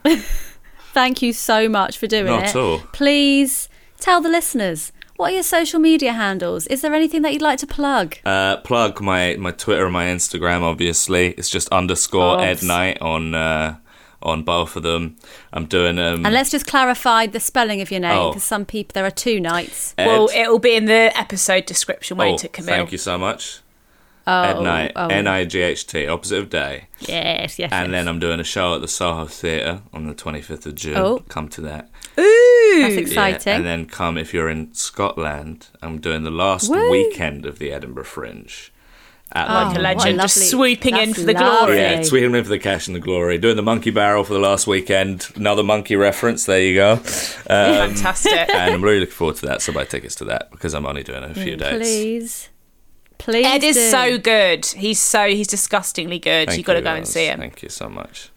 Speaker 1: Thank you so much for doing
Speaker 4: Not
Speaker 1: it.
Speaker 4: at all.
Speaker 1: Please tell the listeners what are your social media handles? Is there anything that you'd like to plug?
Speaker 4: Uh, plug my, my Twitter and my Instagram. Obviously, it's just underscore
Speaker 1: Obs.
Speaker 4: Ed Knight on uh, on both of them. I'm doing um.
Speaker 1: and let's just clarify the spelling of your name
Speaker 4: Oh.
Speaker 1: because some people there are two nights.
Speaker 4: Ed-
Speaker 3: Well, it'll be in the episode description,
Speaker 4: oh,
Speaker 3: won't it, Camille?
Speaker 4: thank you so much.
Speaker 1: Oh,
Speaker 4: Ed Knight,
Speaker 1: oh.
Speaker 4: N I G H T, opposite of day.
Speaker 1: yes, yes.
Speaker 4: And
Speaker 1: yes.
Speaker 4: then I'm doing a show at the Soho Theatre on the 25th of June.
Speaker 1: Oh.
Speaker 4: Come to that.
Speaker 1: that's
Speaker 4: Yeah,
Speaker 1: exciting.
Speaker 4: and then come if you're in Scotland. I'm doing the last
Speaker 1: Woo.
Speaker 4: weekend of the Edinburgh Fringe. At
Speaker 1: Oh,
Speaker 4: like
Speaker 3: a
Speaker 1: what
Speaker 3: legend, just
Speaker 1: lovely-
Speaker 3: swooping in
Speaker 1: that's
Speaker 3: for the glory.
Speaker 1: lovely.
Speaker 4: Yeah, tweeting him for the cash and the glory. Doing the monkey barrel for the last weekend. Another monkey reference. There you go. Um,
Speaker 3: Fantastic.
Speaker 4: and I'm really looking forward to that. So buy tickets to that because I'm only doing a few days.
Speaker 1: Mm, Please. Please.
Speaker 3: Ed is
Speaker 1: do.
Speaker 3: so good. He's so he's disgustingly good.
Speaker 4: Thank
Speaker 3: You've got to
Speaker 4: you,
Speaker 3: go and
Speaker 4: guys.
Speaker 3: see him.
Speaker 4: Thank you so much.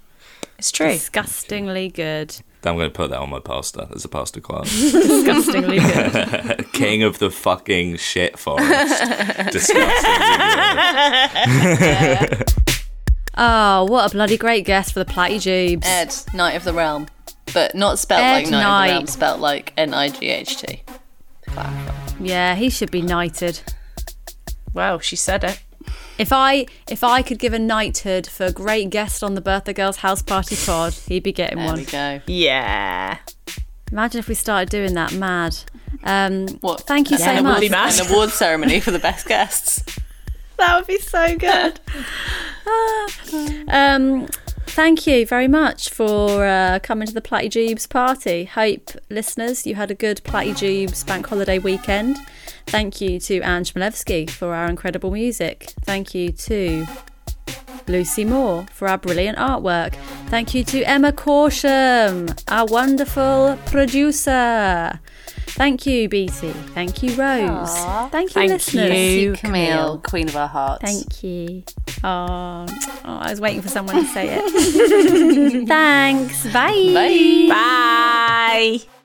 Speaker 3: It's true.
Speaker 1: disgustingly good.
Speaker 4: I'm going to put that on my poster. There's a poster class.
Speaker 1: Disgustingly good.
Speaker 4: King of the fucking shit forest. Disgusting.
Speaker 1: Oh, what a bloody great guest for the Platty Jubes.
Speaker 2: Ed, Knight of the Realm, but not spelt
Speaker 1: Ed
Speaker 2: like Knight, of the Realm,
Speaker 1: Knight.
Speaker 2: spelt like N I G H T.
Speaker 1: Yeah, he should be knighted.
Speaker 3: Wow, she said it.
Speaker 1: If I if I could give a knighthood for a great guest on the Birthday Girls House Party pod, he'd be getting
Speaker 2: There
Speaker 1: one.
Speaker 2: we go.
Speaker 3: Yeah.
Speaker 1: Imagine if we started doing that mad. Um,
Speaker 2: What?
Speaker 1: Thank you so
Speaker 2: an
Speaker 1: much.
Speaker 3: be mad.
Speaker 2: An award ceremony for the best guests.
Speaker 1: That would be so good. um, thank you very much for uh, coming to the Platty Jeebs party. Hope, listeners, you had a good Platty Jeebs bank holiday weekend. Thank you to Ange Malevsky for our incredible music. Thank you to Lucy Moore for our brilliant artwork. Thank you to Emma Corsham, our wonderful producer. Thank you, Beatty. Thank you, Rose. Thank you,
Speaker 3: Thank
Speaker 1: listeners.
Speaker 3: you,
Speaker 2: Camille, Queen of our hearts.
Speaker 1: Thank you. Oh, I was waiting for someone to say it. Thanks. Bye.
Speaker 2: Bye.
Speaker 3: Bye.